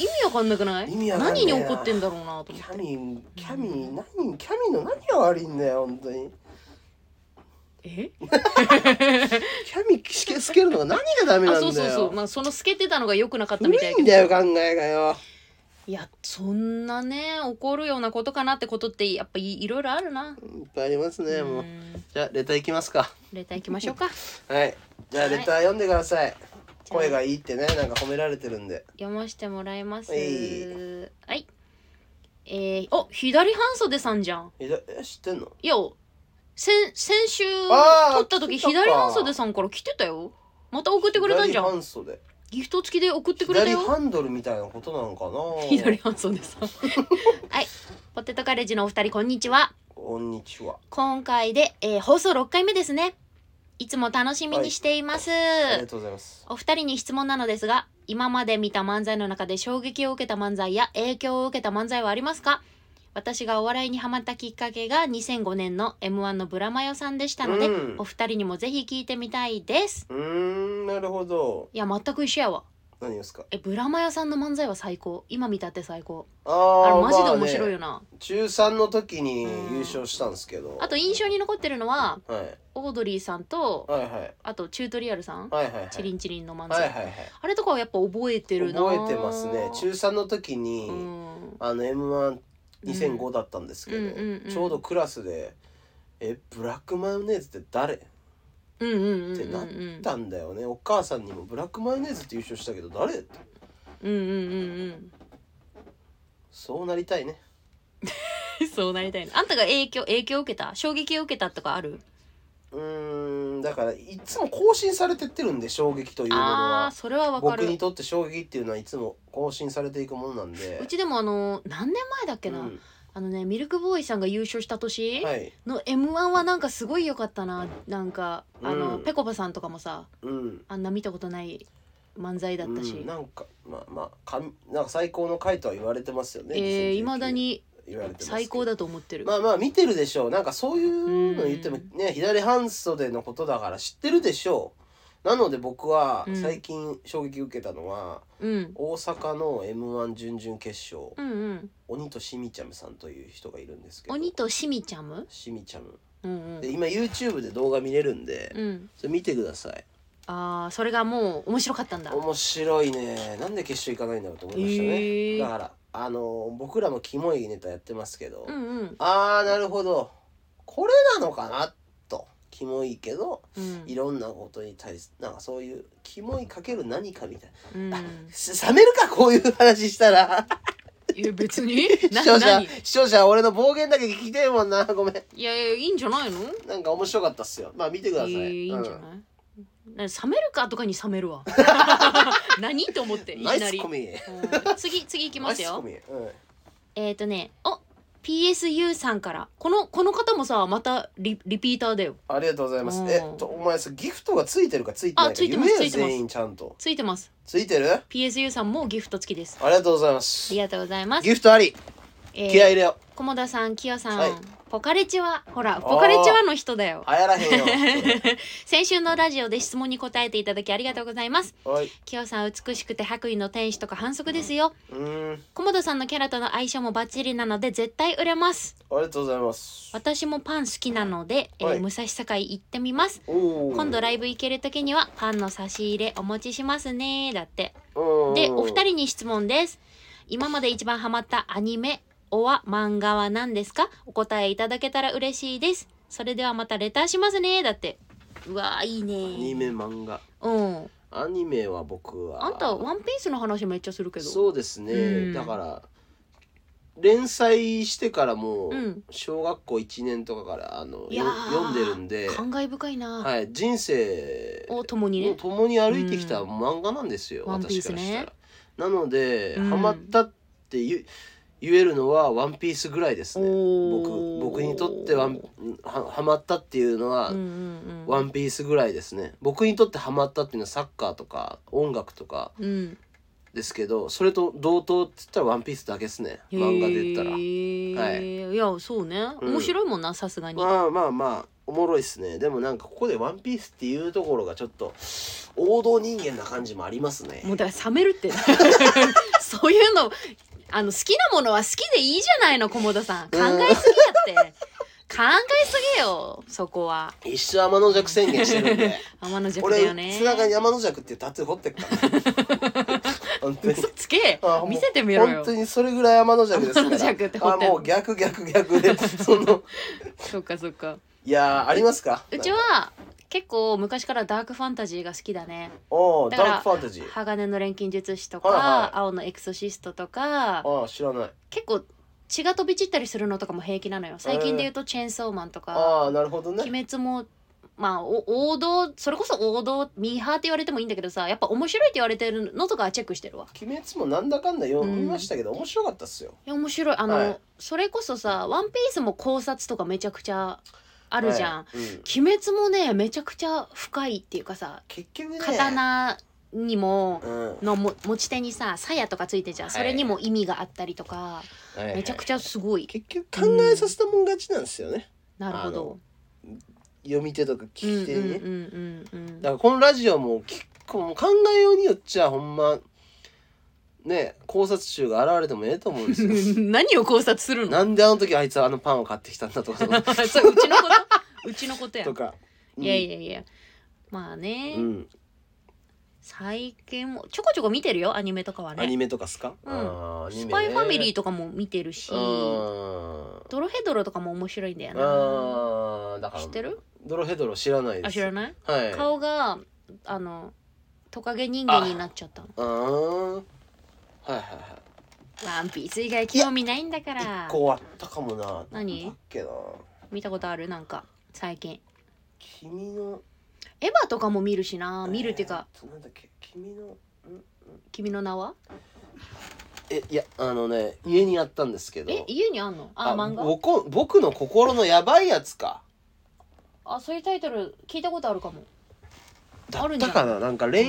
Speaker 1: 意味わかんなくない
Speaker 2: 意味わかんねえ
Speaker 1: 何
Speaker 2: な
Speaker 1: に怒ってんだろうなと
Speaker 2: ー
Speaker 1: 思
Speaker 2: キ
Speaker 1: っ
Speaker 2: ャ
Speaker 1: て
Speaker 2: ミキャミ何キャミの何が悪いんだよ本当に
Speaker 1: え
Speaker 2: キャミしけつけるのが何がダメなんだよ
Speaker 1: あそうそうそうまあその透けてたのが良くなかったみたい
Speaker 2: 古い
Speaker 1: け
Speaker 2: ん
Speaker 1: ど
Speaker 2: だよ考えがよ
Speaker 1: いやそんなね怒るようなことかなってことってやっぱいいろいろあるない
Speaker 2: っぱいありますね
Speaker 1: う
Speaker 2: もうんじゃあレターいきますか
Speaker 1: レター行きまし ょうか
Speaker 2: はいじゃあレター読んでください、
Speaker 1: じゃあ
Speaker 2: 声がいいってねなんか褒められてるんで
Speaker 1: 読ませてもらいます
Speaker 2: は
Speaker 1: はいい、えー、お左半袖さんじゃん
Speaker 2: えだえ知ってんの
Speaker 1: いや先先週
Speaker 2: あー
Speaker 1: 撮った時
Speaker 2: 来たか
Speaker 1: 左半袖さんから来てたよまた送ってくれたんじゃ
Speaker 2: 左
Speaker 1: ん
Speaker 2: 半袖
Speaker 1: ギフト付きで送ってくれた
Speaker 2: 左
Speaker 1: よ
Speaker 2: ハンドルみたいなことなのかな
Speaker 1: 左半袖さん はいポテトカレッジのお二人こんにちは
Speaker 2: こんにちは
Speaker 1: 今回で、えー放送6回目ですねいつも楽しみにしています、
Speaker 2: ありがとうございます
Speaker 1: お二人に質問なのですが今まで見た漫才の中で衝撃を受けた漫才や影響を受けた漫才はありますか私がお笑いにハマったきっかけが2005年の m 1のブラマヨさんでしたので、
Speaker 2: うん
Speaker 1: お二人にもぜひ聞いてみたいです
Speaker 2: うーんなるほど
Speaker 1: いや全く一緒やわ
Speaker 2: 何ですか
Speaker 1: えブラマヨさんの漫才は最高今見たって最高
Speaker 2: あ
Speaker 1: あ
Speaker 2: ー
Speaker 1: れマジで
Speaker 2: まあ
Speaker 1: 面白い
Speaker 2: ね
Speaker 1: よな、
Speaker 2: 中3の時に優勝したんですけど
Speaker 1: あと印象に残ってるのは
Speaker 2: はい
Speaker 1: オードリーさんと
Speaker 2: はいはい
Speaker 1: あとチュートリアルさん、
Speaker 2: はいはいはい
Speaker 1: チリンチリンの漫
Speaker 2: は
Speaker 1: 才、
Speaker 2: いはいはい
Speaker 1: あれとかはやっぱ覚えてるな
Speaker 2: 覚えてますね中3の時に、
Speaker 1: うん
Speaker 2: あの m 1 2005だったんですけど、
Speaker 1: うんうんうん
Speaker 2: ちょうどクラスで「えブラックマヨネーズって誰?」って
Speaker 1: うんうんうんうんうん
Speaker 2: なったんだよね、お母さんにも「ブラックマヨネーズって優勝したけど誰?」って
Speaker 1: うんうんうん
Speaker 2: そうなりたいね
Speaker 1: うんそうなりたいなあんたが影響影響を受けた衝撃を受けたとかある
Speaker 2: うーんだからいつも更新されてってるんで衝撃というもの
Speaker 1: ああー
Speaker 2: は
Speaker 1: それはわか
Speaker 2: 僕に
Speaker 1: る
Speaker 2: とって衝撃っていうのはいつも更新されていくものなんで
Speaker 1: うちでもあの何年前だっけな、
Speaker 2: うん
Speaker 1: あのねミルクボーイさんが優勝した年
Speaker 2: はい
Speaker 1: の m 1はなんかすごい良かったななんかあの、
Speaker 2: うん
Speaker 1: ぺこぱさんとかもさ
Speaker 2: うん
Speaker 1: あんな見たことない漫才だったし、
Speaker 2: うんなんかまあまあかんなんか最高の回とは言われてますよね
Speaker 1: え
Speaker 2: 2019
Speaker 1: いまだに
Speaker 2: 言われてますけど
Speaker 1: 最高だと思ってる、
Speaker 2: まあまあ見てるでしょうなんかそういうの言ってもね、左半袖のことだから知ってるでしょうなので僕は
Speaker 1: うん
Speaker 2: 最近衝撃受けたのは、
Speaker 1: うん、
Speaker 2: 大阪の m 1準々決勝、
Speaker 1: うんうん
Speaker 2: 鬼としみちゃむさんという人がいるんですけど
Speaker 1: 鬼としみちゃむ
Speaker 2: しみちゃむ
Speaker 1: うんうん
Speaker 2: で今 YouTube で動画見れるんで、
Speaker 1: うん
Speaker 2: それ見てください
Speaker 1: ああそれがもう面白かったんだ
Speaker 2: 面白いねなんで決勝行かないんだろうと思いましたね、
Speaker 1: へー
Speaker 2: だからあの僕らもキモいネタやってますけど、
Speaker 1: うんうん
Speaker 2: あーなるほどこれなのかなとキモいけど
Speaker 1: うん
Speaker 2: いろんなことに対すなんかそういうキモいかける何かみたいな
Speaker 1: うん
Speaker 2: す 冷めるかこういう話したら
Speaker 1: いや別 に
Speaker 2: 視
Speaker 1: な
Speaker 2: 聴者
Speaker 1: 何
Speaker 2: 視聴者俺の暴言だけ聞きてえもんなごめん
Speaker 1: いやいやいいんじゃないの
Speaker 2: なんか面白かったっすよまあ見てください、
Speaker 1: いやいやいいんじゃ
Speaker 2: うん
Speaker 1: ない、な冷めるかとかに冷める わ何と思っていき
Speaker 2: ナ
Speaker 1: な
Speaker 2: イス
Speaker 1: り
Speaker 2: コミ
Speaker 1: うん次次いきます
Speaker 2: ナイスコ
Speaker 1: よ
Speaker 2: ミうん
Speaker 1: えっ、ー、とねお PSU さんからこのこの方もさまたリリピーターだよ
Speaker 2: ありがとうございます
Speaker 1: うん
Speaker 2: えっとお前さギフトがついてるかついてな
Speaker 1: あ
Speaker 2: いか
Speaker 1: ついて
Speaker 2: 言
Speaker 1: ます
Speaker 2: え
Speaker 1: ついて
Speaker 2: よ
Speaker 1: ます
Speaker 2: 全員ちゃんと
Speaker 1: ついてます
Speaker 2: ついてるあ
Speaker 1: PSU さんもギフト付きです
Speaker 2: りがとうございま
Speaker 1: あ
Speaker 2: す
Speaker 1: りがとうございます
Speaker 2: ギフトあり
Speaker 1: え
Speaker 2: 気
Speaker 1: ー
Speaker 2: 合い入れよ
Speaker 1: 菰田さんキヨさん、
Speaker 2: はい
Speaker 1: ポカレチはほら
Speaker 2: ー
Speaker 1: ポカレチはの人だよ
Speaker 2: 流行らへんよ そ
Speaker 1: 先週のラジオで質問に答えていただきありがとうございます
Speaker 2: れはい
Speaker 1: キヨさん美しくて白衣の天使とか反則ですよ
Speaker 2: うーんあ
Speaker 1: 菰田さんのキャラとの相性もバッチリなので絶対売れます
Speaker 2: りがとうございます
Speaker 1: 私もパン好きなので、えー
Speaker 2: はい
Speaker 1: 武蔵境行ってみます
Speaker 2: おー
Speaker 1: 今度ライブ行ける時にはパンの差し入れお持ちしますねだって
Speaker 2: うん
Speaker 1: でお二人に質問です今まで一番ハマったアニメおは漫画は何ですかお答えいただけたら嬉しいですそれではまたレターしますねだってうわーいい
Speaker 2: アニ
Speaker 1: ね
Speaker 2: メ漫画
Speaker 1: うん
Speaker 2: アニメは僕は
Speaker 1: あんたワンピースの話めっちゃするけど
Speaker 2: そうですね、
Speaker 1: うん
Speaker 2: だから連載してからもう
Speaker 1: うん
Speaker 2: 小学校1年とかからあの、
Speaker 1: いや
Speaker 2: よ
Speaker 1: ー
Speaker 2: 読んでるんで、
Speaker 1: 感慨深いな、
Speaker 2: はい、人生
Speaker 1: を共に
Speaker 2: を
Speaker 1: ね
Speaker 2: 共に歩いてきた
Speaker 1: うん
Speaker 2: 漫画なんですよ、
Speaker 1: ワンピー
Speaker 2: 私
Speaker 1: ス
Speaker 2: から
Speaker 1: ね
Speaker 2: したら。なので、
Speaker 1: うん
Speaker 2: ハマったって言う言えるのは「ワンピースぐらいですね
Speaker 1: お
Speaker 2: 僕
Speaker 1: ー
Speaker 2: 僕にとってワンはハマったっていうのは、
Speaker 1: うんうんうん
Speaker 2: ワンピースぐらいですね僕にとってハマったっていうのはサッカーとか音楽とか
Speaker 1: うん
Speaker 2: ですけどそれと同等って言ったら「ワンピースだけですね漫画で言ったら
Speaker 1: へーいやそうね
Speaker 2: うん
Speaker 1: 面白いもんなさすがに、
Speaker 2: まあまあまあおもろいっすねでもなんかここで「ワンピースっていうところがちょっと王道人間な感じもありますね
Speaker 1: もうだから冷めるって そういうのあの好きなものは好きでいいじゃないの菰田さん考えすぎやって考えすぎよそこは
Speaker 2: 一生天の弱宣言してる んで
Speaker 1: 天の弱だ
Speaker 2: 俺
Speaker 1: よね
Speaker 2: 背中に天の弱っていうタトゥー彫ってっから 本当に
Speaker 1: 嘘つけ
Speaker 2: あもう
Speaker 1: 見せてみろよ
Speaker 2: 本当にそれぐらい天の弱です
Speaker 1: 天の
Speaker 2: か
Speaker 1: 弱って
Speaker 2: ら
Speaker 1: 彫
Speaker 2: あ
Speaker 1: ってん
Speaker 2: もう逆逆逆でその
Speaker 1: そっかそっか
Speaker 2: いやーありますか
Speaker 1: うちは結構昔からダークファンタジーが好きだね
Speaker 2: おー
Speaker 1: だか
Speaker 2: ダ
Speaker 1: ら
Speaker 2: ークファンタジー
Speaker 1: 鋼の錬金術師とか、
Speaker 2: はいはい
Speaker 1: 青のエクソシストとか
Speaker 2: ああ知らない
Speaker 1: 結構血が飛び散ったりするのとかも平気なのよ最近で言うと「チェーンソーマン」とか
Speaker 2: ああなるほ
Speaker 1: 「
Speaker 2: どね
Speaker 1: 鬼滅」もまあお王道それこそ王道ミーハーって言われてもいいんだけどさやっぱ面白いって言われてるのとかはチェックしてるわ
Speaker 2: 鬼滅もなんだかんだ読みましたけど、面白かったっすよ
Speaker 1: いや面白いあの、
Speaker 2: はい
Speaker 1: それこそさ「ワンピースも考察とかめちゃくちゃあるじゃん、
Speaker 2: はいうん
Speaker 1: 鬼滅もねめちゃくちゃ深いっていうかさ
Speaker 2: 結局ね
Speaker 1: 刀にも
Speaker 2: うんは
Speaker 1: のも持ち手にさ鞘とかついてるじゃん、
Speaker 2: はい
Speaker 1: それにも意味があったりとか
Speaker 2: いはい
Speaker 1: めちゃくちゃすごい、
Speaker 2: 結局考えさせたもん勝ちなんですよね、
Speaker 1: なるほ
Speaker 2: あ
Speaker 1: ど
Speaker 2: の読み手とか聞き手にね、
Speaker 1: うんうんうんうんうん
Speaker 2: だからこのラジオも結構もう考えようによっちゃほんまね考察中が現れてもええと思うんですよ
Speaker 1: 何を考察するの
Speaker 2: なんであの時あいつはあのパンを買ってきたんだとか
Speaker 1: それうちの ことうちのことや
Speaker 2: とか
Speaker 1: いやいやいやまあね、
Speaker 2: うん、
Speaker 1: 最近もちょこちょこ見てるよアニメとかは
Speaker 2: アニ
Speaker 1: ね
Speaker 2: メとかっすか、
Speaker 1: うん
Speaker 2: あーアニメ
Speaker 1: ス
Speaker 2: ね
Speaker 1: パイファミリーとかも見てるし
Speaker 2: あ
Speaker 1: ドロヘドロとかも面白いんだよ
Speaker 2: ー
Speaker 1: な
Speaker 2: あーだから
Speaker 1: 知ってる
Speaker 2: ドロヘドロ知らないです
Speaker 1: あ知らない
Speaker 2: はい
Speaker 1: 顔があのトカゲ人間になっちゃったの
Speaker 2: あーはいはいはい
Speaker 1: ワンピース以外興味ないんだか
Speaker 2: 一
Speaker 1: ら
Speaker 2: 個あったかもな。
Speaker 1: 何
Speaker 2: なんだっけな。
Speaker 1: 見たことあるなんか最近
Speaker 2: 君の。
Speaker 1: エヴァとかも見るしな見るっていうか
Speaker 2: えーっと。なんだっけ、君の。ん
Speaker 1: 君の名は
Speaker 2: え、いや、あのね、家にあったんですけど。
Speaker 1: え家にあんのあ漫画
Speaker 2: 僕、僕の心のやばいやつか。
Speaker 1: あそういうタイトル聞いたことあるかも
Speaker 2: だ
Speaker 1: あ
Speaker 2: っ
Speaker 1: るんじゃ
Speaker 2: た
Speaker 1: ん
Speaker 2: かな、なんか恋、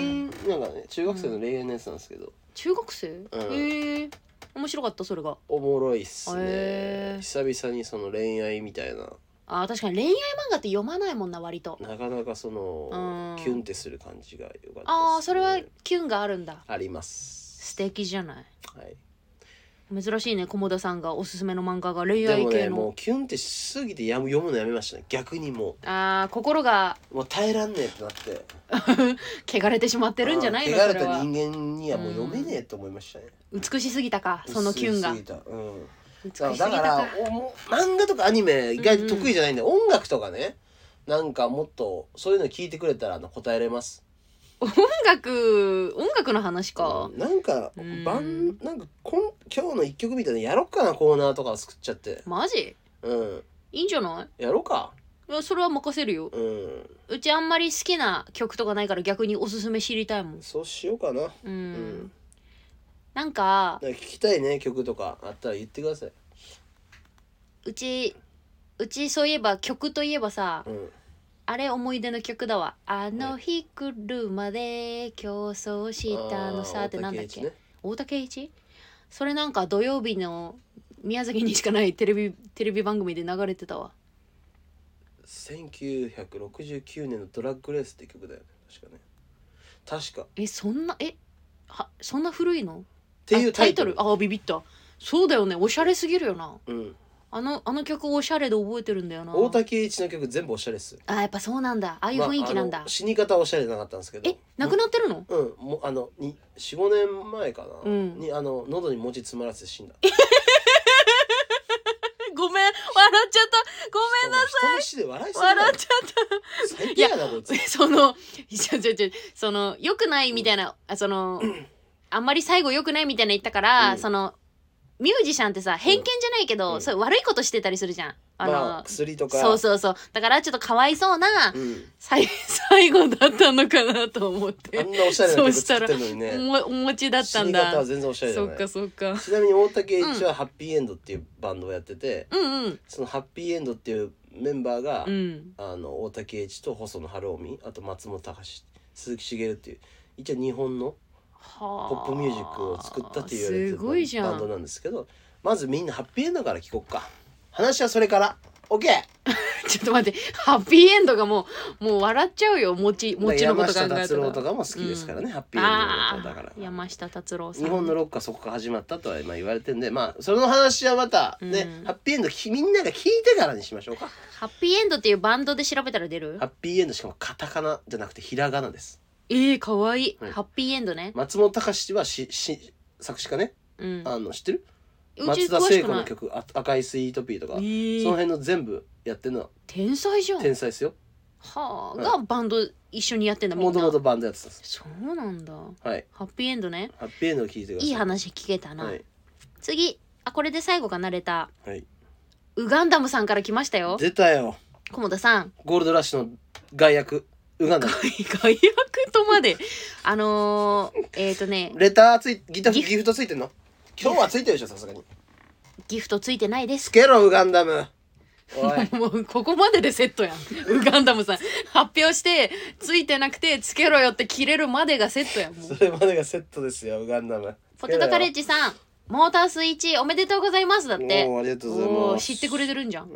Speaker 2: なんかね、中学生の恋愛のやつなんですけど。
Speaker 1: 中学生、
Speaker 2: うん
Speaker 1: へえ面白かったそれが
Speaker 2: おもろいっす
Speaker 1: へ
Speaker 2: ね
Speaker 1: ー。
Speaker 2: 久々にその恋愛みたいな、
Speaker 1: あー確かに恋愛漫画って読まないもんな割と
Speaker 2: なかなかその。
Speaker 1: うん
Speaker 2: キュンってする感じが良かったっすね。
Speaker 1: ああそれはキュンがあるんだ
Speaker 2: あります。
Speaker 1: 素敵じゃない
Speaker 2: はい。
Speaker 1: 珍しいね菰田さんがおすすめの漫画が恋
Speaker 2: で
Speaker 1: 愛
Speaker 2: も
Speaker 1: 系
Speaker 2: ね、
Speaker 1: の、
Speaker 2: もうキュンってしすぎてやむ読むのやめましたね。逆にもう。
Speaker 1: ああ心が
Speaker 2: もう耐えらんねえってなって
Speaker 1: 汚れてしまってるんじゃないの
Speaker 2: あー
Speaker 1: そ
Speaker 2: 汚れ
Speaker 1: れ
Speaker 2: た
Speaker 1: は
Speaker 2: 人間にはもう読めねえと思いましたね、
Speaker 1: 美しすぎたかそのキュンが
Speaker 2: 薄
Speaker 1: 美
Speaker 2: い
Speaker 1: し
Speaker 2: 過ぎたうん
Speaker 1: すぎた
Speaker 2: だから
Speaker 1: か
Speaker 2: おも漫画とかアニメ意外と得意じゃないんで、音楽とかねなんかもっとそういうの聞いてくれたらあの答えれます
Speaker 1: 音楽音楽の話か
Speaker 2: うん、なんか
Speaker 1: うん
Speaker 2: バンなんかこん今日の一曲みたいなのやろっかなコーナーとか作っちゃって
Speaker 1: マジ
Speaker 2: うん
Speaker 1: いいんじゃない
Speaker 2: やろうか
Speaker 1: いやそれは任せるよ
Speaker 2: うん
Speaker 1: うちあんまり好きな曲とかないから逆におすすめ知りたいもん
Speaker 2: そうしようかな
Speaker 1: うん、
Speaker 2: ん
Speaker 1: なんか
Speaker 2: なんか聞きたいね曲とかあったら言ってください
Speaker 1: うちうちそういえば曲といえばさ
Speaker 2: うん
Speaker 1: あれ思い出の曲だわ「あの日車で競争したのさ」ってなんだっけ
Speaker 2: あー大竹栄一
Speaker 1: 大竹
Speaker 2: ね
Speaker 1: 栄一それなんか土曜日の宮崎にしかないテレビテレビ番組で流れてたわ
Speaker 2: 1969年の「ドラッグレース」って曲だよね確かね確かっ
Speaker 1: えそんなえはそんな古いの
Speaker 2: ていう
Speaker 1: あタイトルあビビったそうだよねおしゃれすぎるよな
Speaker 2: うん、
Speaker 1: あのあの曲おしゃれで覚えてるんだよな
Speaker 2: 大竹栄一の曲全部おしゃれっす
Speaker 1: あやっぱそうなんだああいう雰囲気なんだ、
Speaker 2: まああの死に方はおしゃれじゃなかったんですけど
Speaker 1: えなくなってるの
Speaker 2: うん、もうあの45年前かな、
Speaker 1: うん
Speaker 2: にあの喉に餅詰まらせて死んだ
Speaker 1: ごめん笑っちゃったごめんな
Speaker 2: さい人の死で笑いすぎ
Speaker 1: 笑
Speaker 2: だ
Speaker 1: っちゃった
Speaker 2: ろ最低やなこいつ
Speaker 1: そのちょちょちょその良くないみたいな、あそのあんまり最後良くないみたいな言ったから、
Speaker 2: うん
Speaker 1: そのミュージシャンってさ偏見じゃないけど、
Speaker 2: うん
Speaker 1: そう悪いことしてたりするじゃんあの、
Speaker 2: まあ薬とか
Speaker 1: そうそうそうだからちょっとかわいそうな、
Speaker 2: うん、
Speaker 1: さい 最後だったのかなと思っ
Speaker 2: あ
Speaker 1: て
Speaker 2: んなおしゃれな曲作ってるのに
Speaker 1: お
Speaker 2: ね
Speaker 1: もお餅だった
Speaker 2: 死
Speaker 1: ん
Speaker 2: に方
Speaker 1: だ
Speaker 2: は全然おしゃれじゃ
Speaker 1: そ
Speaker 2: な
Speaker 1: っ
Speaker 2: い
Speaker 1: かそっか
Speaker 2: ちなみに大竹栄一はハッピーエンドっていうバンドをやってて、
Speaker 1: うんうん
Speaker 2: そのハッピーエンドっていうメンバーが、
Speaker 1: うん
Speaker 2: あの大竹栄一と細野晴臣あと松本隆鈴木茂っていう一応日本の
Speaker 1: はあ
Speaker 2: ポップミュージックを作ったって言われて
Speaker 1: すごいじ
Speaker 2: る
Speaker 1: ゃ
Speaker 2: バンド
Speaker 1: ん
Speaker 2: なんですけどまずみんなハッピーエンドから聞こっか話はそれから OK
Speaker 1: ちょっと待ってハッピーエンドがもうもう笑っちゃうよ餅餅のこ
Speaker 2: 山
Speaker 1: と考え
Speaker 2: 下
Speaker 1: たら
Speaker 2: 達郎とかも好きですからね、ハッピーエンド
Speaker 1: あ
Speaker 2: のことだか
Speaker 1: あー
Speaker 2: ら
Speaker 1: 山下達郎さん
Speaker 2: 日本のロックはそこから始まったとは今言われてんでまあその話はまたね、
Speaker 1: うん
Speaker 2: ハッピーエンドきみんなが聞いてからにしましょうか
Speaker 1: ハッピーエンドっていうバンドで調べたら出る
Speaker 2: ハッピーエンドしかもカタカナじゃなくてひらがなです
Speaker 1: ええかわいい、
Speaker 2: はい
Speaker 1: ハッピーエンドね
Speaker 2: 松本隆はしし作詞家ね
Speaker 1: うん
Speaker 2: あの知ってる
Speaker 1: うち
Speaker 2: 松田
Speaker 1: 詳し
Speaker 2: 聖
Speaker 1: く
Speaker 2: 子
Speaker 1: な
Speaker 2: の
Speaker 1: い
Speaker 2: 曲「あ赤いスイートピー」とか、
Speaker 1: え
Speaker 2: その
Speaker 1: ー、
Speaker 2: 辺の全部やってるのは
Speaker 1: 天才じゃん
Speaker 2: 天才ですよ
Speaker 1: はあ、
Speaker 2: うん
Speaker 1: がバンド一緒にやってんだみん
Speaker 2: も
Speaker 1: な
Speaker 2: ともとバンドやってたんです
Speaker 1: そうなんだ
Speaker 2: はい
Speaker 1: ハッピーエンドね
Speaker 2: ハッピーエンドを聞いてください
Speaker 1: いい話聞けたな、
Speaker 2: はい、
Speaker 1: 次あこれで最後が慣れた
Speaker 2: はい、
Speaker 1: ウガンダムさんから来ましたよ
Speaker 2: 出たよ
Speaker 1: 菰田さん
Speaker 2: ゴールドラッシュの外役ウガンダ
Speaker 1: 外役とまであのー、えっ、ー、とね
Speaker 2: レターついギタ
Speaker 1: ギ
Speaker 2: ギ
Speaker 1: フ
Speaker 2: フトついてんの今日はついてるでしょさすがに
Speaker 1: ギフトついてないです
Speaker 2: つけろウガンダム おい
Speaker 1: もうここまででセットやん。ウガンダムさん。発表して、ついてなくて、つけろよって切れるまでがセットやん。もう
Speaker 2: それまでがセットですよウガンダム
Speaker 1: ポテトカレッ
Speaker 2: ジ
Speaker 1: ジさん、モータースイッチおめでとうございますだって。
Speaker 2: おーありがとうござい
Speaker 1: お
Speaker 2: ま
Speaker 1: ー
Speaker 2: す
Speaker 1: 知ってくれてるんじゃ。
Speaker 2: うん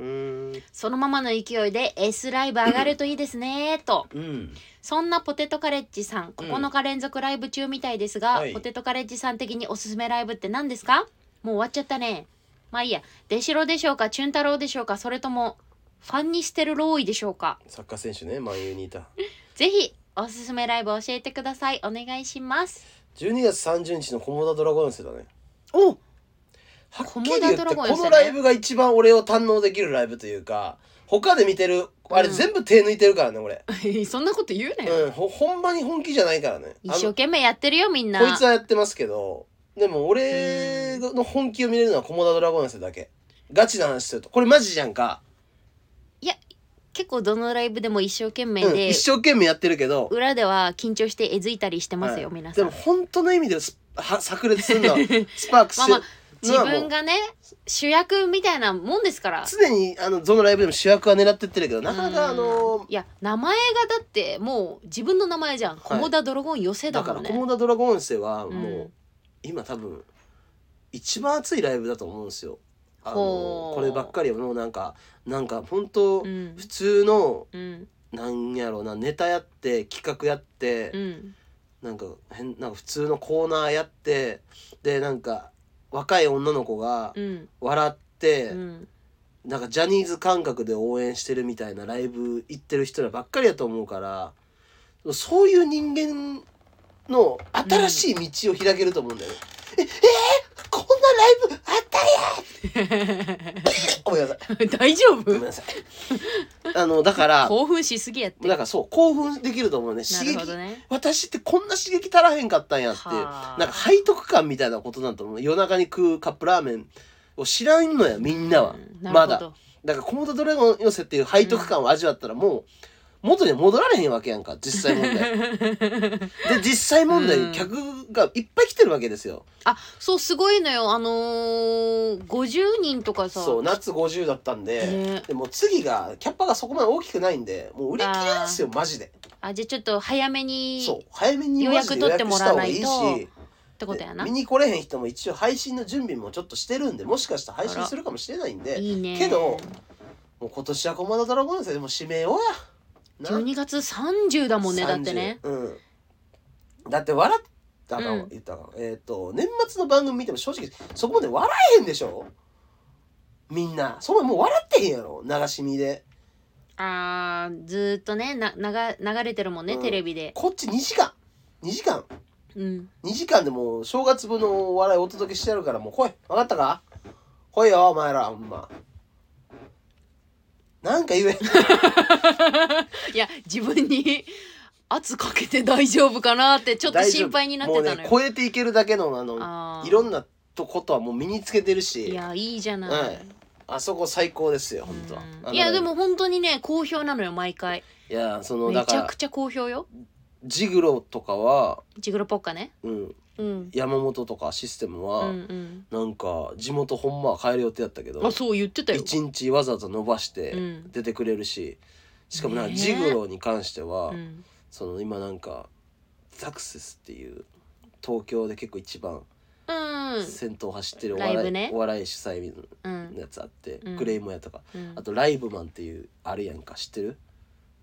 Speaker 2: ーん
Speaker 1: そのままの勢いで S ライブ上がるといいですねと。
Speaker 2: うん
Speaker 1: そんなポテトカレッジさん、9日連続ライブ中みたいですが、
Speaker 2: はい
Speaker 1: ポテトカレッジさん的におすすめライブって何ですかもう終わっちゃったね。まあいいや。デシロでしょうか、チュン太郎でしょうか、それとも、ファンにしてるローイでしょうか。
Speaker 2: サッカー選手ね万有にいた
Speaker 1: ぜひおすすめライブ教えてくださいお願いします
Speaker 2: 12月30日のコモダドラゴン寄せだね
Speaker 1: お
Speaker 2: はっきり言って
Speaker 1: コモダドラゴン
Speaker 2: こ
Speaker 1: 寄せね
Speaker 2: のライブが一番俺を堪能できるライブというか他で見てるあれ
Speaker 1: うん
Speaker 2: 全部手抜いてるからね俺
Speaker 1: そんなこと言うね、
Speaker 2: うん、ほほんまに本気じゃないからねあ
Speaker 1: 一生
Speaker 2: の
Speaker 1: 懸命やってるよみんな
Speaker 2: こいつはやってますけどでも俺の本気を見れるのはコモダドラゴン寄せだけガチな話するとこれマジじゃんか、
Speaker 1: 結構どのライブでも一生懸命
Speaker 2: うん、
Speaker 1: で、
Speaker 2: 一生懸命やってるけど
Speaker 1: 裏では緊張してえずいたりしてますよ、
Speaker 2: はい
Speaker 1: 皆さ
Speaker 2: で
Speaker 1: ん
Speaker 2: も本当の意味ですは炸裂するの はスパークする
Speaker 1: まあま
Speaker 2: の
Speaker 1: 自
Speaker 2: はもう
Speaker 1: 分がね主役みたいなもんですから
Speaker 2: 常にあのどのライブでも主役は狙ってってるけどなかなかあの
Speaker 1: うんいや名前がだってもう自分の名前じゃん「コモダドラゴン寄せ」だ
Speaker 2: だか
Speaker 1: も
Speaker 2: ら
Speaker 1: ん
Speaker 2: コ
Speaker 1: ね
Speaker 2: モダドラゴン生はもう、
Speaker 1: うん
Speaker 2: 今多分一番熱いライブだと思うんですよ。あの
Speaker 1: ほう
Speaker 2: こればっかりはもうなんかなんか本当
Speaker 1: うん
Speaker 2: 普通の
Speaker 1: うん
Speaker 2: なんやろうなネタやって企画やって、
Speaker 1: うん
Speaker 2: なんか変なんか普通のコーナーやってでなんか若い女の子が
Speaker 1: うん
Speaker 2: 笑って、
Speaker 1: うん
Speaker 2: なんかジャニーズ感覚で応援してるみたいなライブ行ってる人らばっかりだと思うからそういう人間の新しい道を開けると思うんだよね。ええー、こんなライブあったやんごめんなさい
Speaker 1: 大丈
Speaker 2: ごめん
Speaker 1: 夫
Speaker 2: なさい。 あのだから
Speaker 1: 興奮しすぎやって
Speaker 2: だからそう興奮できると思うね
Speaker 1: なる
Speaker 2: 刺激
Speaker 1: ほどね
Speaker 2: 私ってこんな刺激足らへんかったんやっていう
Speaker 1: はあ
Speaker 2: なんか背徳感みたいなことなんと思う夜中に食うカップラーメンを知らんのやみんなは。
Speaker 1: うんな
Speaker 2: まだ
Speaker 1: るほど
Speaker 2: だからコモドドラゴン寄せっていう背徳感を味わったらもう、元に戻られへんわけやんか実際問 題で実際問
Speaker 1: うん
Speaker 2: 題客がいっぱい来てるわけですよ、
Speaker 1: あそうすごいのよあのー、50人とかさ
Speaker 2: そう夏50だったんで、
Speaker 1: ね
Speaker 2: でもう次がキャッパがそこまで大きくないんでもう売り切れですよマジで
Speaker 1: あじゃあちょっと早めに
Speaker 2: そう早めに
Speaker 1: 予
Speaker 2: マジ
Speaker 1: 約
Speaker 2: で
Speaker 1: 取ってもらわないと
Speaker 2: 予約した方がいいし
Speaker 1: ってことやな
Speaker 2: で見に来れへん人も一応配信の準備もちょっとしてるんでもしかしたら配信するかもしれないんで
Speaker 1: いいね
Speaker 2: けどもう今年はコマドドラゴンですよでも指名をやな
Speaker 1: 12月30だもんねだってね
Speaker 2: 30うんだって笑ったか
Speaker 1: うん
Speaker 2: 言ったか、えっ、と年末の番組見ても正直そこまで笑えへんでしょみんなそこまでもう笑ってへんやろ流し見で
Speaker 1: あーずーっとねな流流れてるもんね、
Speaker 2: うん
Speaker 1: テレビで
Speaker 2: こっち2時間2時間
Speaker 1: うん
Speaker 2: 2時間でもう正月分のお笑いお届けしてやるからもう来い分かったか来いよお前らほんまなんか 言え
Speaker 1: いや自分に 圧かけて大丈夫かなってちょっと
Speaker 2: 大丈夫
Speaker 1: 心配になってたの
Speaker 2: もう
Speaker 1: よ
Speaker 2: ね、超えていけるだけのあの
Speaker 1: あー
Speaker 2: いろんなとことはもう身につけてる
Speaker 1: い
Speaker 2: し
Speaker 1: やいいじゃない、
Speaker 2: はいあそこ最高ですよ本当
Speaker 1: う
Speaker 2: は
Speaker 1: ん
Speaker 2: あの
Speaker 1: いやでも本当にね好評なのよ毎回
Speaker 2: いやそのだ
Speaker 1: め
Speaker 2: か
Speaker 1: ちゃ
Speaker 2: ら
Speaker 1: くちゃ好評よ
Speaker 2: ジグロとかは、
Speaker 1: ジグロポッカね
Speaker 2: うん、
Speaker 1: うん
Speaker 2: 山本とかシステム
Speaker 1: うん
Speaker 2: は、
Speaker 1: うん
Speaker 2: なんか地元ほんまは帰る予定やったけど
Speaker 1: あそう言ってたよ
Speaker 2: 一日わざわざ伸ばして
Speaker 1: うん
Speaker 2: 出てくれるし、しかもなんか
Speaker 1: ねえ
Speaker 2: ジグロに関しては、
Speaker 1: うん
Speaker 2: その今なんかザクセスっていう東京で結構一番
Speaker 1: うん
Speaker 2: 先頭走ってるお
Speaker 1: ライ
Speaker 2: 笑い,、
Speaker 1: ブね
Speaker 2: お笑い主催
Speaker 1: う
Speaker 2: の
Speaker 1: ん
Speaker 2: やつあって、
Speaker 1: うん
Speaker 2: グレイモヤとか
Speaker 1: うん
Speaker 2: あとライブマンっていうあるやんか知ってる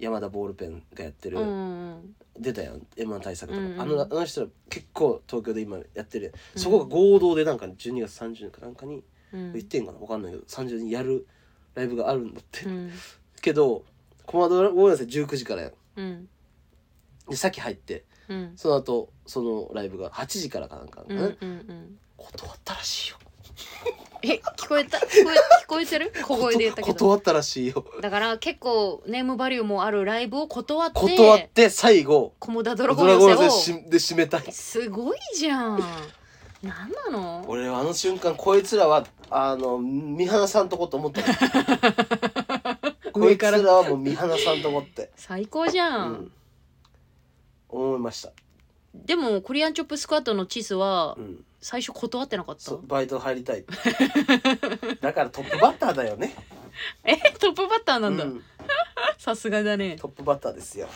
Speaker 2: 山田ボールペンがやってる、
Speaker 1: うんうん
Speaker 2: 出たやん m 1対策とか、
Speaker 1: うんうん
Speaker 2: あのあの人ら結構東京で今やってる、そこが合同でなんか12月30かなんかに
Speaker 1: うん
Speaker 2: 言ってんかな分かんないけど30にやるライブがあるんだって、
Speaker 1: うん
Speaker 2: けど駒ドラゴンラス19時からやん
Speaker 1: うん
Speaker 2: でさっき入って
Speaker 1: うん
Speaker 2: その後そのライブが8時からかなんか
Speaker 1: う
Speaker 2: なんんかね、
Speaker 1: うんうん
Speaker 2: 断ったらしいよ
Speaker 1: え聞こえた聞こえ聞こえてる小声で言ったけ
Speaker 2: こと
Speaker 1: ど
Speaker 2: 断ったらしいよ
Speaker 1: だから結構ネームバリューもあるライブを断って
Speaker 2: 断って最後
Speaker 1: コモダド
Speaker 2: ド
Speaker 1: ラ
Speaker 2: ラ
Speaker 1: ゴン寄
Speaker 2: ゴン
Speaker 1: せを
Speaker 2: ラスで締めたい
Speaker 1: すごいじゃんなんなの
Speaker 2: 俺はあの瞬間こいつらはあの見放さんとこと思 ったもんこいつらはもう見放さんと思って
Speaker 1: 最高じゃん、
Speaker 2: うん思いました、
Speaker 1: でもコリアンチョップスクワットのチスは
Speaker 2: うん、
Speaker 1: 最初断ってなかった
Speaker 2: そバイト入 りたいだからトップバッターだよね
Speaker 1: えトップバッターなんだ
Speaker 2: う
Speaker 1: さすがだね
Speaker 2: トップバッターですよ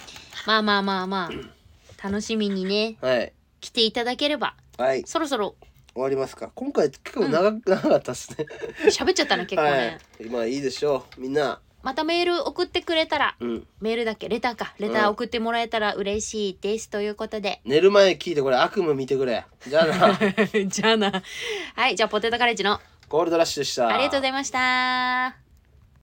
Speaker 1: まあまあまあまあ楽しみにね
Speaker 2: はい
Speaker 1: 来ていただければ
Speaker 2: はい
Speaker 1: そろそろ
Speaker 2: 終わりますか今回結構長,、 長かったですね
Speaker 1: 喋っちゃったね結構ね、
Speaker 2: はい、まあいいでしょうみんな
Speaker 1: またメール送ってくれたら
Speaker 2: うん
Speaker 1: メールだっけレターかレター送ってもらえたら嬉しいですということで
Speaker 2: 寝る前聞いてこれ悪夢見てくれじゃ あな
Speaker 1: じゃあなはいじゃあポテトカレッジの
Speaker 2: ゴールドラッシュでした
Speaker 1: ありがとうございました